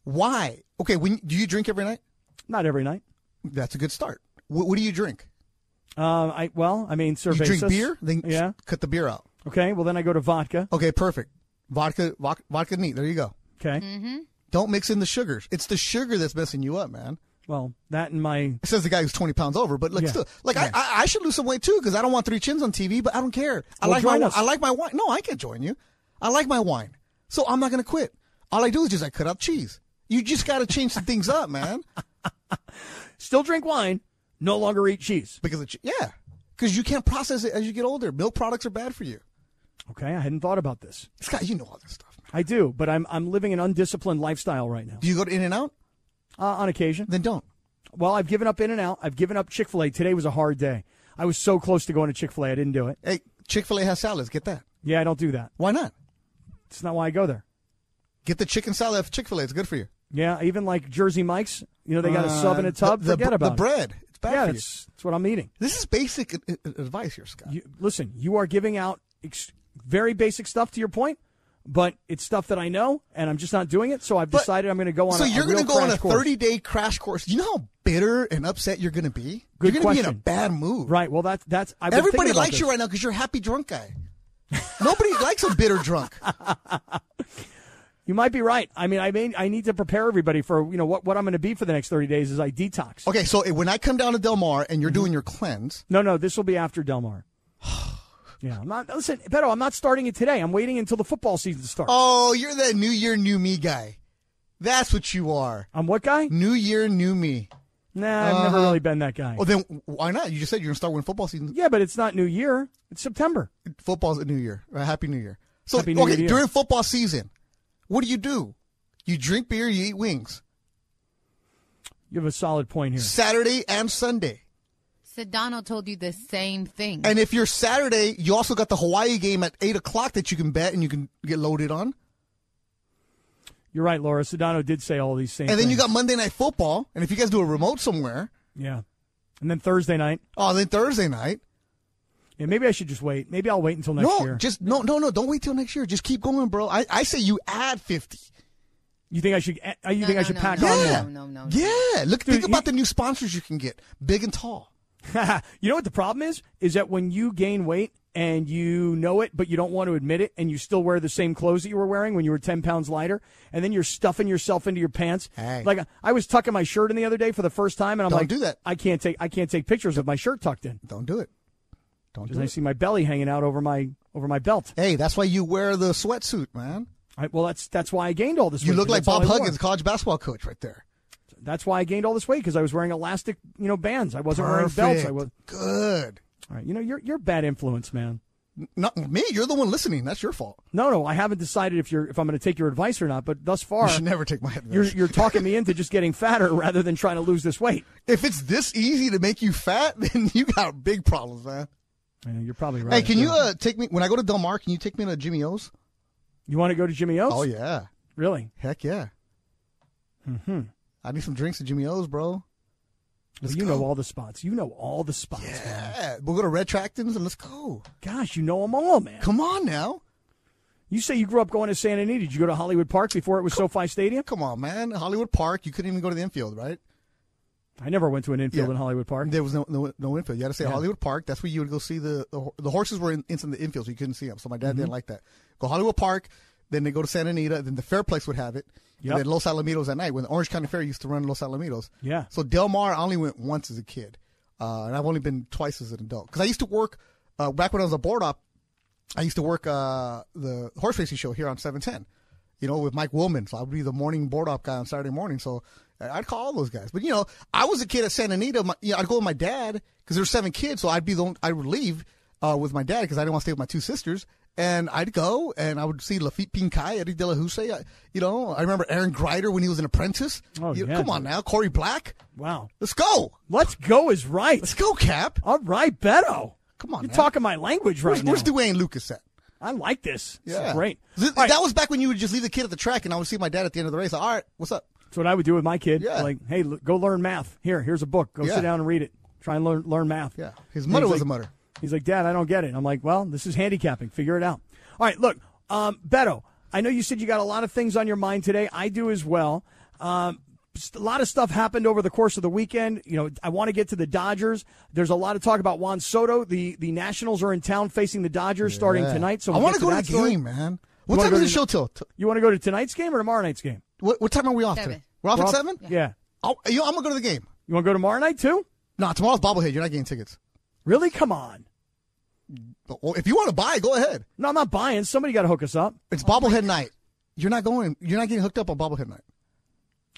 Speaker 2: why? Okay, when do you drink every night?
Speaker 4: Not every night.
Speaker 2: That's a good start. What, what do you drink?
Speaker 4: Uh, I well, I mean
Speaker 2: you
Speaker 4: cervezas.
Speaker 2: drink beer, then
Speaker 4: yeah.
Speaker 2: cut the beer out.
Speaker 4: Okay, well then I go to vodka.
Speaker 2: Okay, perfect. Vodka, vodka, vodka neat. There you go.
Speaker 4: Okay.
Speaker 2: Mm. Don't mix in the sugars. It's the sugar that's messing you up, man.
Speaker 4: Well, that and my
Speaker 2: Says the guy who's twenty pounds over, but like,
Speaker 4: Yeah.
Speaker 2: still, like I, I, I should lose some weight too because I don't want three chins on TV, but I don't care. I
Speaker 4: Well,
Speaker 2: like my,
Speaker 4: join
Speaker 2: wi-
Speaker 4: us.
Speaker 2: I like my wine. No, I can't join you. I like my wine, so I'm not gonna quit. All I do is just I cut out cheese. You just got to change some things up, man.
Speaker 4: still drink wine, no longer eat cheese.
Speaker 2: Because of, che- yeah, because you can't process it as you get older. Milk products are bad for you.
Speaker 4: Okay, I hadn't thought about this.
Speaker 2: Scott, you know all this stuff.
Speaker 4: I do, but I'm I'm living an undisciplined lifestyle right now.
Speaker 2: Do you go to In and Out?
Speaker 4: Uh, on occasion.
Speaker 2: Then don't.
Speaker 4: Well, I've given up In and Out. I've given up Chick fil A. Today was a hard day. I was so close to going to Chick fil A. I didn't do it.
Speaker 2: Hey, Chick fil A has salads. Get that.
Speaker 4: Yeah, I don't do that.
Speaker 2: Why not?
Speaker 4: It's not why I go there.
Speaker 2: Get the chicken salad of Chick fil A. It's good for you.
Speaker 4: Yeah, even like Jersey Mike's, you know, they got a
Speaker 2: Uh,
Speaker 4: sub and a tub.
Speaker 2: The, the,
Speaker 4: Forget
Speaker 2: br-
Speaker 4: about
Speaker 2: the
Speaker 4: it.
Speaker 2: bread. It's bad
Speaker 4: yeah,
Speaker 2: for you.
Speaker 4: It's, it's what I'm eating.
Speaker 2: This is basic a- a- advice here, Scott.
Speaker 4: You, listen, you are giving out ex- very basic stuff to your point, but it's stuff that I know, and I'm just not doing it. So I've decided I'm going to go on.
Speaker 2: so
Speaker 4: a,
Speaker 2: you're
Speaker 4: going
Speaker 2: gonna
Speaker 4: to
Speaker 2: go on a 30 day crash course. You know how bitter and upset you're going to be.
Speaker 4: Good
Speaker 2: you're
Speaker 4: question.
Speaker 2: to be in a bad mood.
Speaker 4: Right. Well, that's that's. I've been
Speaker 2: Everybody
Speaker 4: thinking about
Speaker 2: likes you
Speaker 4: this.
Speaker 2: right now because you're a happy drunk guy. Nobody likes a bitter drunk.
Speaker 4: You might be right. I mean, I mean, I need to prepare everybody for you know what what I'm going to be for the next 30 days as I detox.
Speaker 2: Okay, so when I come down to Del Mar and you're
Speaker 4: Mm-hmm.
Speaker 2: doing your cleanse,
Speaker 4: No, no, this will be after Del Mar. yeah, I'm not. Listen, Beto, I'm not starting it today. I'm waiting until the football season starts.
Speaker 2: oh, you're that New Year, New Me guy. That's what you are.
Speaker 4: I'm what guy?
Speaker 2: New Year, New Me.
Speaker 4: Nah, I've never
Speaker 2: Uh-huh.
Speaker 4: really been that guy.
Speaker 2: Well, then why not? You just said you're going to start when football season.
Speaker 4: yeah, but it's not New Year. It's September.
Speaker 2: Football's a New Year. Uh, Happy New Year. So
Speaker 4: Happy New
Speaker 2: okay,
Speaker 4: Year to you.
Speaker 2: during football season, what do you do? You drink beer, you eat wings.
Speaker 4: You have a solid point here.
Speaker 2: Saturday and Sunday.
Speaker 11: So Donald told you the same thing.
Speaker 2: And if you're Saturday, you also got the Hawaii game at eight o'clock that you can bet and you can get loaded on.
Speaker 4: You're right, Laura. Sedano did say all these same
Speaker 2: and then you
Speaker 4: things.
Speaker 2: got Monday night football. And if you guys do a remote somewhere,
Speaker 4: yeah. And then Thursday night.
Speaker 2: oh, then Thursday night.
Speaker 4: Yeah, maybe I should just wait. Maybe I'll wait until next
Speaker 2: no,
Speaker 4: year.
Speaker 2: just no, no, no. Don't wait till next year. Just keep going, bro. I, I say you add fifty.
Speaker 4: you think I should? uh, You think I should pack on
Speaker 2: yeah,
Speaker 4: more?
Speaker 11: no,
Speaker 2: yeah. Look, think about the new sponsors you can get, big and tall.
Speaker 4: you know what the problem is? Is that when you gain weight and you know it, but you don't want to admit it, and you still wear the same clothes that you were wearing when you were 10 pounds lighter, and then you're stuffing yourself into your pants.
Speaker 2: Hey.
Speaker 4: Like I was tucking my shirt in the other day for the first time, and I'm
Speaker 2: Don't
Speaker 4: like,
Speaker 2: do that.
Speaker 4: I can't take I can't take pictures of my shirt tucked in.
Speaker 2: Don't do it. Don't
Speaker 4: Because
Speaker 2: do
Speaker 4: I
Speaker 2: it.
Speaker 4: see my belly hanging out over my over my belt.
Speaker 2: Hey, that's why you wear the sweatsuit, man.
Speaker 4: I, well, that's that's why I gained all this.
Speaker 2: You
Speaker 4: weight,
Speaker 2: look
Speaker 4: 'cause
Speaker 2: like
Speaker 4: that's all
Speaker 2: Bob
Speaker 4: I wore.
Speaker 2: Huggins, college basketball coach, right there.
Speaker 4: That's why I gained all this weight because I was wearing elastic, you know, bands. I wasn't wearing belts.
Speaker 2: Perfect.
Speaker 4: I was
Speaker 2: Good.
Speaker 4: all right. You know, you're you're a bad influence, man.
Speaker 2: Not me. You're the one listening. That's your fault.
Speaker 4: No, no, I haven't decided if you're if I'm going to take your advice or not. But thus far,
Speaker 2: You should never take my advice.
Speaker 4: you're you're talking me into just getting fatter rather than trying to lose this weight.
Speaker 2: if it's this easy to make you fat, then you got big problems, man.
Speaker 4: I know, you're probably right.
Speaker 2: Hey, can you uh, take me when I go to Del Mar? Can you take me to Jimmy O's?
Speaker 4: you want to go to Jimmy O's?
Speaker 2: Oh yeah,
Speaker 4: really?
Speaker 2: heck yeah.
Speaker 4: Mm-hmm.
Speaker 2: I need some drinks at Jimmy O's, bro.
Speaker 4: you know all the spots. You know all the spots. Man.
Speaker 2: Yeah, we'll go to Red Tractons and let's go.
Speaker 4: Gosh, you know them all, man.
Speaker 2: Come on now,
Speaker 4: You say you grew up going to Santa Anita. Did you go to Hollywood Park before it was SoFi Stadium?
Speaker 2: come on, man. Hollywood Park. You couldn't even go to the infield, right?
Speaker 4: I never went to an infield
Speaker 2: Yeah.
Speaker 4: in Hollywood Park.
Speaker 2: There was no no, no infield. You had to say
Speaker 4: Yeah.
Speaker 2: Hollywood Park. That's where you would go see the the, the horses were in, into the infield, so you couldn't see them. So my dad
Speaker 4: Mm-hmm.
Speaker 2: didn't like that. Go Hollywood Park, then they go to Santa Anita, then the Fairplex would have it,
Speaker 4: Yep.
Speaker 2: and then Los Alamitos at night when the Orange County Fair used to run Los Alamitos.
Speaker 4: Yeah.
Speaker 2: So Del Mar, I only went once as a kid, uh, and I've only been twice as an adult because I used to work uh, back when I was a board op. I used to work uh, the horse racing show here on 710, you know, with Mike Woolman. So I would be the morning board op guy on Saturday morning. So I'd call all those guys. But, you know, I was a kid at Santa Anita. My, you know, I'd go with my dad because there were seven kids. So I'd be the one, I would leave uh, with my dad because I didn't want to stay with my two sisters. And I'd go and I would see Lafitte Pinkai, Eddie De La Huse. I, you know, I remember Aaron Greider when he was an apprentice.
Speaker 4: Oh,
Speaker 2: You-
Speaker 4: yeah,
Speaker 2: Come on
Speaker 4: dude.
Speaker 2: now. Corey Black.
Speaker 4: Wow.
Speaker 2: Let's go.
Speaker 4: Let's go is right.
Speaker 2: Let's go, Cap.
Speaker 4: All right, Beto.
Speaker 2: Come on
Speaker 4: You're
Speaker 2: now.
Speaker 4: talking my language
Speaker 2: Where's,
Speaker 4: right now.
Speaker 2: where's Dwayne Lucas at?
Speaker 4: I like this. This is
Speaker 2: Yeah,
Speaker 4: great.
Speaker 2: Th-
Speaker 4: All right,
Speaker 2: That was back when you would just leave the kid at the track, and I would see my dad at the end of the race. Like, All right, what's up?
Speaker 4: That's what I would do with my kid.
Speaker 2: Yeah.
Speaker 4: Like, hey, l- go learn math. Here, here's a book. Go
Speaker 2: Yeah.
Speaker 4: sit down and read it. Try and learn learn math.
Speaker 2: Yeah, his
Speaker 4: And
Speaker 2: mother
Speaker 4: he's
Speaker 2: was
Speaker 4: like-
Speaker 2: a mutter.
Speaker 4: He's like, Dad, I don't get it. I'm like, well, this is handicapping. Figure it out. All right, look, um, Beto, I know you said you got a lot of things on your mind today. I do as well. Um, s- a lot of stuff happened over the course of the weekend. You know, I want to get to the Dodgers. There's a lot of talk about Juan Soto. The the Nationals are in town facing the Dodgers starting
Speaker 2: Yeah.
Speaker 4: tonight. So
Speaker 2: I
Speaker 4: we'll
Speaker 2: want
Speaker 4: get
Speaker 2: to go to the
Speaker 4: that story.
Speaker 2: game, man. What
Speaker 4: wanna
Speaker 2: time
Speaker 4: go
Speaker 2: is
Speaker 4: to
Speaker 2: the
Speaker 4: the-
Speaker 2: show till? T-
Speaker 4: You want to go to tonight's game or tomorrow night's game?
Speaker 2: What, what time are we off
Speaker 11: Seven.
Speaker 2: today? We're off
Speaker 4: We're
Speaker 2: at
Speaker 4: off-
Speaker 2: seven.
Speaker 4: yeah.
Speaker 2: I'll- you know, I'm gonna go to the game.
Speaker 4: You want to go tomorrow night too?
Speaker 2: No, tomorrow's bobblehead. You're not getting tickets.
Speaker 4: Really? Come on.
Speaker 2: But- well, if you want to buy, go ahead.
Speaker 4: No, I'm not buying. Somebody got to hook us up.
Speaker 2: It's bobblehead night. You're not going. You're not getting hooked up on bobblehead night.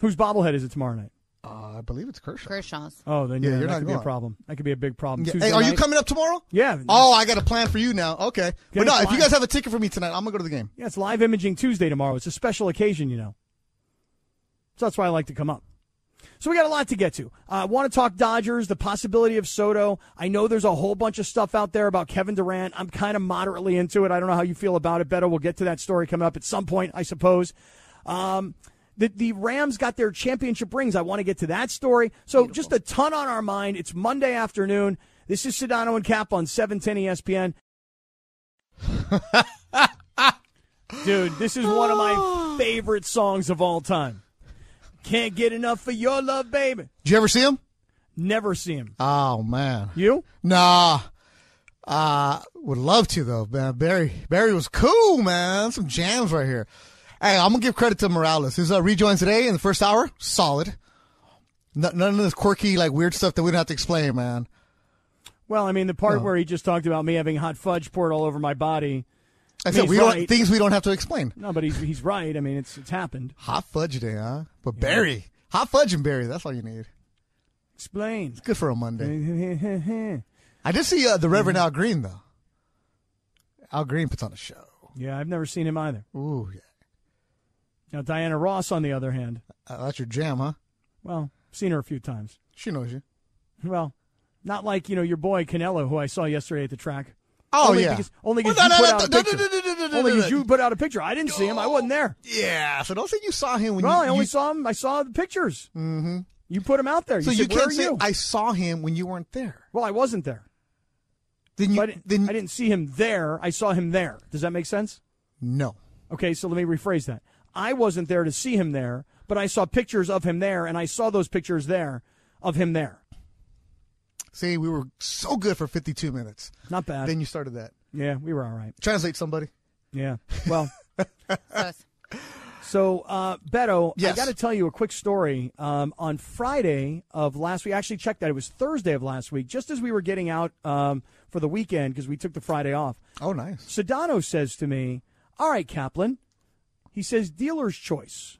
Speaker 4: Whose bobblehead is it tomorrow night?
Speaker 2: Uh, I believe it's Kershaw.
Speaker 11: Kershaw's.
Speaker 4: Oh, then
Speaker 2: Yeah,
Speaker 4: yeah,
Speaker 2: you're
Speaker 4: that
Speaker 2: not
Speaker 4: could be a
Speaker 2: going.
Speaker 4: problem. That could be a big problem.
Speaker 2: Yeah.
Speaker 4: Tuesday
Speaker 2: Hey, are you
Speaker 4: night-
Speaker 2: coming up tomorrow?
Speaker 4: Yeah.
Speaker 2: Oh, I got a plan for you now. Okay,
Speaker 4: Get
Speaker 2: but no,
Speaker 4: a
Speaker 2: if you
Speaker 4: plan.
Speaker 2: guys have a ticket for me tonight, I'm gonna go to the game.
Speaker 4: Yeah, it's live imaging Tuesday tomorrow. It's a special occasion, you know. So that's why I like to come up. So we got a lot to get to. Uh, I want to talk Dodgers, the possibility of Soto. I know there's a whole bunch of stuff out there about Kevin Durant. I'm kind of moderately into it. I don't know how you feel about it, Beto. We'll get to that story coming up at some point, I suppose. Um, the, the Rams got their championship rings. I want to get to that story. So just a ton on our mind. It's Monday afternoon. This is Sedano and Cap on E 710 ESPN. Dude, this is one of my favorite songs of all time. Can't get enough of your love, baby.
Speaker 2: Did you ever see him?
Speaker 4: Never see him.
Speaker 2: Oh man,
Speaker 4: you?
Speaker 2: Nah. Uh would love to though, man. Barry Barry was cool, man. Some jams right here. Hey, I'm gonna give credit to Morales. His uh, rejoin today in the first hour, solid. No- none of this quirky, like weird stuff that we don't have to explain, man.
Speaker 4: Well, I mean, the part where he just talked about me having hot fudge poured all over my body.
Speaker 2: I
Speaker 4: mean,
Speaker 2: said
Speaker 4: he's
Speaker 2: we don't
Speaker 4: right.
Speaker 2: things we don't have to explain.
Speaker 4: No, but he's, he's right. I mean, it's it's happened.
Speaker 2: Hot fudge day, huh? But Barry, hot fudge and Barry. That's all you need.
Speaker 4: Explain.
Speaker 2: It's good for a
Speaker 4: Mm-hmm.
Speaker 2: Monday. I did see uh, the Reverend Al Green though. Al Green puts on a show.
Speaker 4: Yeah, I've never seen him either.
Speaker 2: Ooh, yeah.
Speaker 4: Now, Diana Ross, on the other hand.
Speaker 2: Uh, that's your jam, huh?
Speaker 4: Well, seen her a few times.
Speaker 2: She knows you.
Speaker 4: Well, not like, you know, your boy Canelo, who I saw yesterday at the track.
Speaker 2: Oh,
Speaker 4: only
Speaker 2: yeah.
Speaker 4: Because, only
Speaker 2: Well,
Speaker 4: because
Speaker 2: no,
Speaker 4: you
Speaker 2: no,
Speaker 4: put
Speaker 2: no,
Speaker 4: out a
Speaker 2: no, no,
Speaker 4: picture.
Speaker 2: no, no, no, no,
Speaker 4: Only
Speaker 2: no,
Speaker 4: 'cause
Speaker 2: no.
Speaker 4: you put out a picture. I didn't see him. I wasn't there.
Speaker 2: Yeah, so don't say you saw him when
Speaker 4: No,
Speaker 2: you.
Speaker 4: I only
Speaker 2: you-
Speaker 4: saw him. I saw the pictures.
Speaker 2: Mm-hmm.
Speaker 4: You put him out there.
Speaker 2: So
Speaker 4: you,
Speaker 2: you
Speaker 4: said, "Where
Speaker 2: can't
Speaker 4: are
Speaker 2: say
Speaker 4: you?"
Speaker 2: I saw him when you weren't there.
Speaker 4: Well, I wasn't there.
Speaker 2: Then you,
Speaker 4: I didn't, I didn't see him there. I saw him there. Does that make sense?
Speaker 2: No.
Speaker 4: Okay, so let me rephrase that. I wasn't there to see him there, but I saw pictures of him there, and I saw those pictures there of him there.
Speaker 2: See, we were so good for 52 minutes.
Speaker 4: Not bad.
Speaker 2: Then you started that.
Speaker 4: Yeah, we were all right.
Speaker 2: Translate somebody.
Speaker 4: Yeah. Well. so, uh, Beto,
Speaker 2: Yes.
Speaker 4: I got to tell you a quick story. Um, on Friday of last week, I actually checked that it was Thursday of last week, just as we were getting out um, for the weekend because we took the Friday off.
Speaker 2: Oh, nice.
Speaker 4: Sedano says to me, "All right, Kaplan." He says, "Dealer's choice."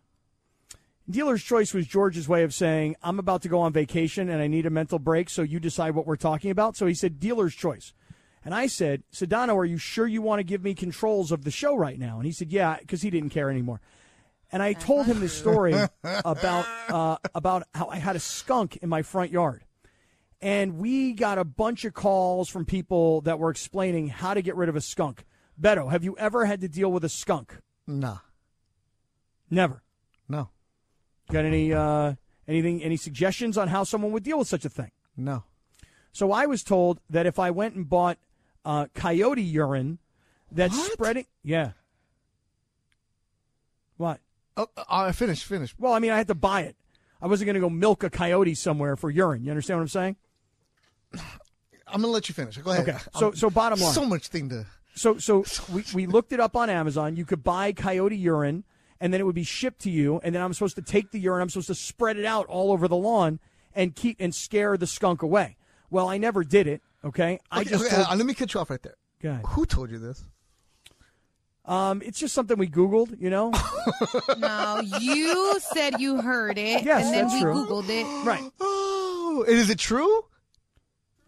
Speaker 4: Dealer's choice was George's way of saying, I'm about to go on vacation and I need a mental break, so you decide what we're talking about. So he said, Dealer's choice. And I said, Sedano, are you sure you want to give me controls of the show right now? And he said, Yeah, because he didn't care anymore. And I told him this story about uh, about how I had a skunk in my front yard. And we got a bunch of calls from people that were explaining how to get rid of a skunk. Beto, have you ever had to deal with a skunk?
Speaker 2: Nah.
Speaker 4: Never.
Speaker 2: No.
Speaker 4: Got any uh, anything? Any suggestions on how someone would deal with such a thing?
Speaker 2: No.
Speaker 4: So I was told that if I went and bought uh, coyote urine, that's spreading. Yeah. What?
Speaker 2: Oh, I finished. Finished.
Speaker 4: Well, I mean, I had to buy it. I wasn't going to go milk a coyote somewhere for urine. You understand what I'm saying?
Speaker 2: I'm going to let you finish. Go ahead.
Speaker 4: Okay. So,
Speaker 2: I'm-
Speaker 4: so bottom line.
Speaker 2: So much thing to.
Speaker 4: So so we, we looked it up on Amazon. You could buy coyote urine and then it would be shipped to you and then I'm supposed to take the urine, I'm supposed to spread it out all over the lawn and keep and scare the skunk away. Well, I never did it, okay? I
Speaker 2: Okay,
Speaker 4: just
Speaker 2: okay,
Speaker 4: told-
Speaker 2: uh, let me cut you off right there.
Speaker 4: Go ahead.
Speaker 2: Who told you this?
Speaker 4: um it's just something we googled, you know?
Speaker 11: No, you said you heard it,
Speaker 4: Yes,
Speaker 11: and then
Speaker 4: that's
Speaker 11: we
Speaker 4: true.
Speaker 11: Googled it.
Speaker 4: right.
Speaker 2: Oh, and is it true?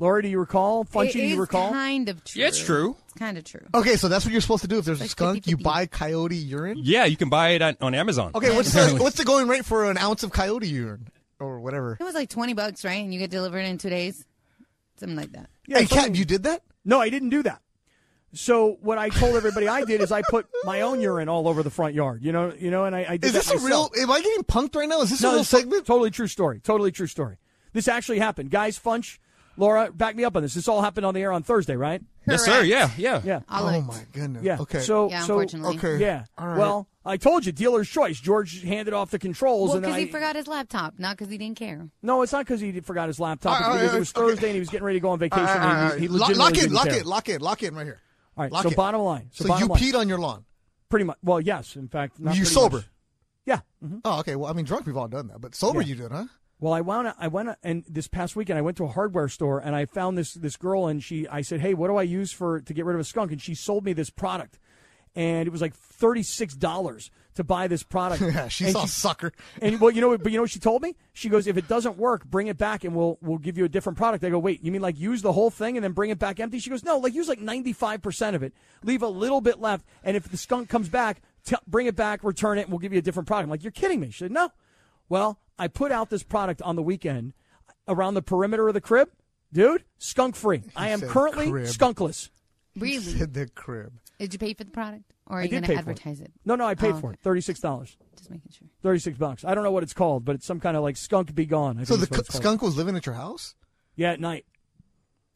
Speaker 4: Lori, do you recall? Funchy,
Speaker 11: It
Speaker 4: do
Speaker 11: is
Speaker 4: you recall?
Speaker 11: kind of true.
Speaker 12: Yeah, it's true.
Speaker 11: It's kind of true.
Speaker 2: Okay, so that's what you're supposed to do if there's a skunk. You buy coyote urine.
Speaker 12: Yeah, you can buy it on, on Amazon.
Speaker 2: Okay, what's the what's the going rate for an ounce of coyote urine or whatever?
Speaker 11: It was like 20 bucks, right? And you get delivered in two days? Something like that.
Speaker 2: hey, Cap, you did that?
Speaker 4: No, I didn't do that. So what I told everybody I did is I put my own urine all over the front yard, you know, you know, and I, I did
Speaker 2: Is
Speaker 4: that
Speaker 2: this a
Speaker 4: myself.
Speaker 2: real? Am I getting punked right now? Is this a
Speaker 4: no,
Speaker 2: real
Speaker 4: it's to-
Speaker 2: segment?
Speaker 4: Totally true story. Totally true story. This actually happened. Guys, Funch, Laura, back me up on this. This all happened on the air on Thursday, right?
Speaker 12: Yes, sir. Yeah, yeah.
Speaker 4: Yeah.
Speaker 2: Oh my goodness.
Speaker 4: Yeah.
Speaker 2: Okay.
Speaker 4: So, so-
Speaker 2: Okay.
Speaker 4: Yeah.
Speaker 2: All right.
Speaker 4: Well, I told you, dealer's choice. George handed off the controls,
Speaker 11: Well,
Speaker 4: and then
Speaker 11: because
Speaker 4: I,
Speaker 11: he forgot his laptop, not because he didn't care.
Speaker 4: No, it's not because he forgot his laptop. It's
Speaker 2: All right, all
Speaker 4: because
Speaker 2: right,
Speaker 4: it was
Speaker 2: all right,
Speaker 4: Thursday and he was getting ready to go on vacation.
Speaker 2: All right, all right, all
Speaker 4: and
Speaker 2: right.
Speaker 4: he, he
Speaker 2: Lo-
Speaker 4: legitimately
Speaker 2: lock in,
Speaker 4: didn't
Speaker 2: lock
Speaker 4: care.
Speaker 2: in, lock in, lock in right here.
Speaker 4: All right.
Speaker 2: Lock
Speaker 4: so
Speaker 2: in.
Speaker 4: bottom line. So,
Speaker 2: So,
Speaker 4: bottom
Speaker 2: you
Speaker 4: line.
Speaker 2: peed on your lawn.
Speaker 4: Pretty much. Well, yes. In fact, not
Speaker 2: you
Speaker 4: pretty
Speaker 2: sober.
Speaker 4: much. Yeah.
Speaker 2: Oh, okay. Well, I mean, drunk, we've all done that, but sober,
Speaker 4: Yeah.
Speaker 2: you did, huh?
Speaker 4: Well, I wound up, I went and this past weekend I went to a hardware store and I found this this girl and she I said, "Hey, what do I use for to get rid of a skunk?" and she sold me this product. And it was like $36 to buy this product.
Speaker 2: Yeah, she
Speaker 4: and
Speaker 2: saw sucker.
Speaker 4: And well, you know, what- but you know what she told me? She goes, "If it doesn't work, bring it back and we'll we'll give you a different product." I go, "Wait, you mean like use the whole thing and then bring it back empty?" She goes, "No, like use like 95% of it. Leave a little bit left, and if the skunk comes back, tell bring it back, return it, and we'll give you a different product." I'm like, "You're kidding me." She said, "No." Well, I put out this product on the weekend around the perimeter of the crib. Dude, skunk free. I am
Speaker 2: said
Speaker 4: currently
Speaker 2: crib.
Speaker 4: skunkless.
Speaker 11: Really?
Speaker 2: Said the crib.
Speaker 11: Did you pay for the product, or are
Speaker 4: I
Speaker 11: you
Speaker 4: did
Speaker 11: going
Speaker 4: pay
Speaker 11: to
Speaker 4: for it.
Speaker 11: advertise it?
Speaker 4: No, no, I paid
Speaker 11: Oh,
Speaker 4: for it. Thirty-six dollars.
Speaker 11: Just making sure.
Speaker 4: Thirty-six bucks. I don't know what it's called, but it's some kind of like skunk be gone. I
Speaker 2: So
Speaker 4: think
Speaker 2: the
Speaker 4: is what
Speaker 2: c-
Speaker 4: it's called.
Speaker 2: skunk was living at your house?
Speaker 4: Yeah, at night.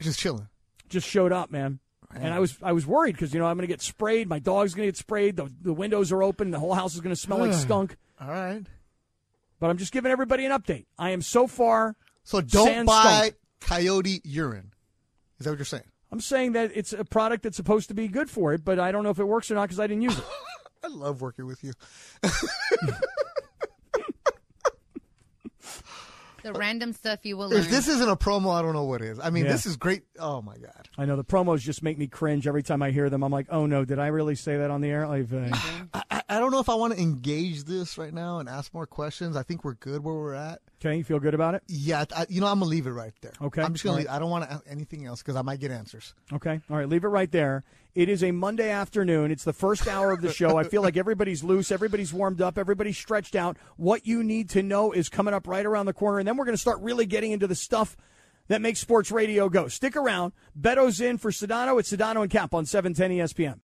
Speaker 2: Just chilling.
Speaker 4: Just showed up, man. And I was I was worried because you know I'm going to get sprayed. My dog's going to get sprayed. The the windows are open. The whole house is going to smell like skunk.
Speaker 2: All right.
Speaker 4: But I'm just giving everybody an update. I am so far.
Speaker 2: So Don't buy
Speaker 4: Skunk.
Speaker 2: coyote urine. Is that what you're saying?
Speaker 4: I'm saying that it's a product that's supposed to be good for it, but I don't know if it works or not because I didn't use it.
Speaker 2: I love working with you.
Speaker 11: The random stuff you will learn.
Speaker 2: If this isn't a promo, I don't know what is. I mean,
Speaker 4: Yeah.
Speaker 2: this is great. Oh my god.
Speaker 4: I know the promos just make me cringe every time I hear them. I'm like, oh no, did I really say that on the air? Like, uh,
Speaker 2: I, I- I don't know if I want to engage this right now and ask more questions. I think we're good where we're at.
Speaker 4: okay, you feel good about it?
Speaker 2: Yeah, I, you know, I'm gonna leave it right there.
Speaker 4: Okay.
Speaker 2: I'm just gonna.
Speaker 4: All right.
Speaker 2: Leave, I don't want to ask anything else because I might get answers.
Speaker 4: Okay. All right. Leave it right there. It is a Monday afternoon. It's the first hour of the show. I feel like everybody's loose. Everybody's warmed up. Everybody's stretched out. What you need to know is coming up right around the corner. And then we're going to start really getting into the stuff that makes sports radio go. Stick around. Beto's in for Sedano. It's Sedano and Cap on E 710 ESPN.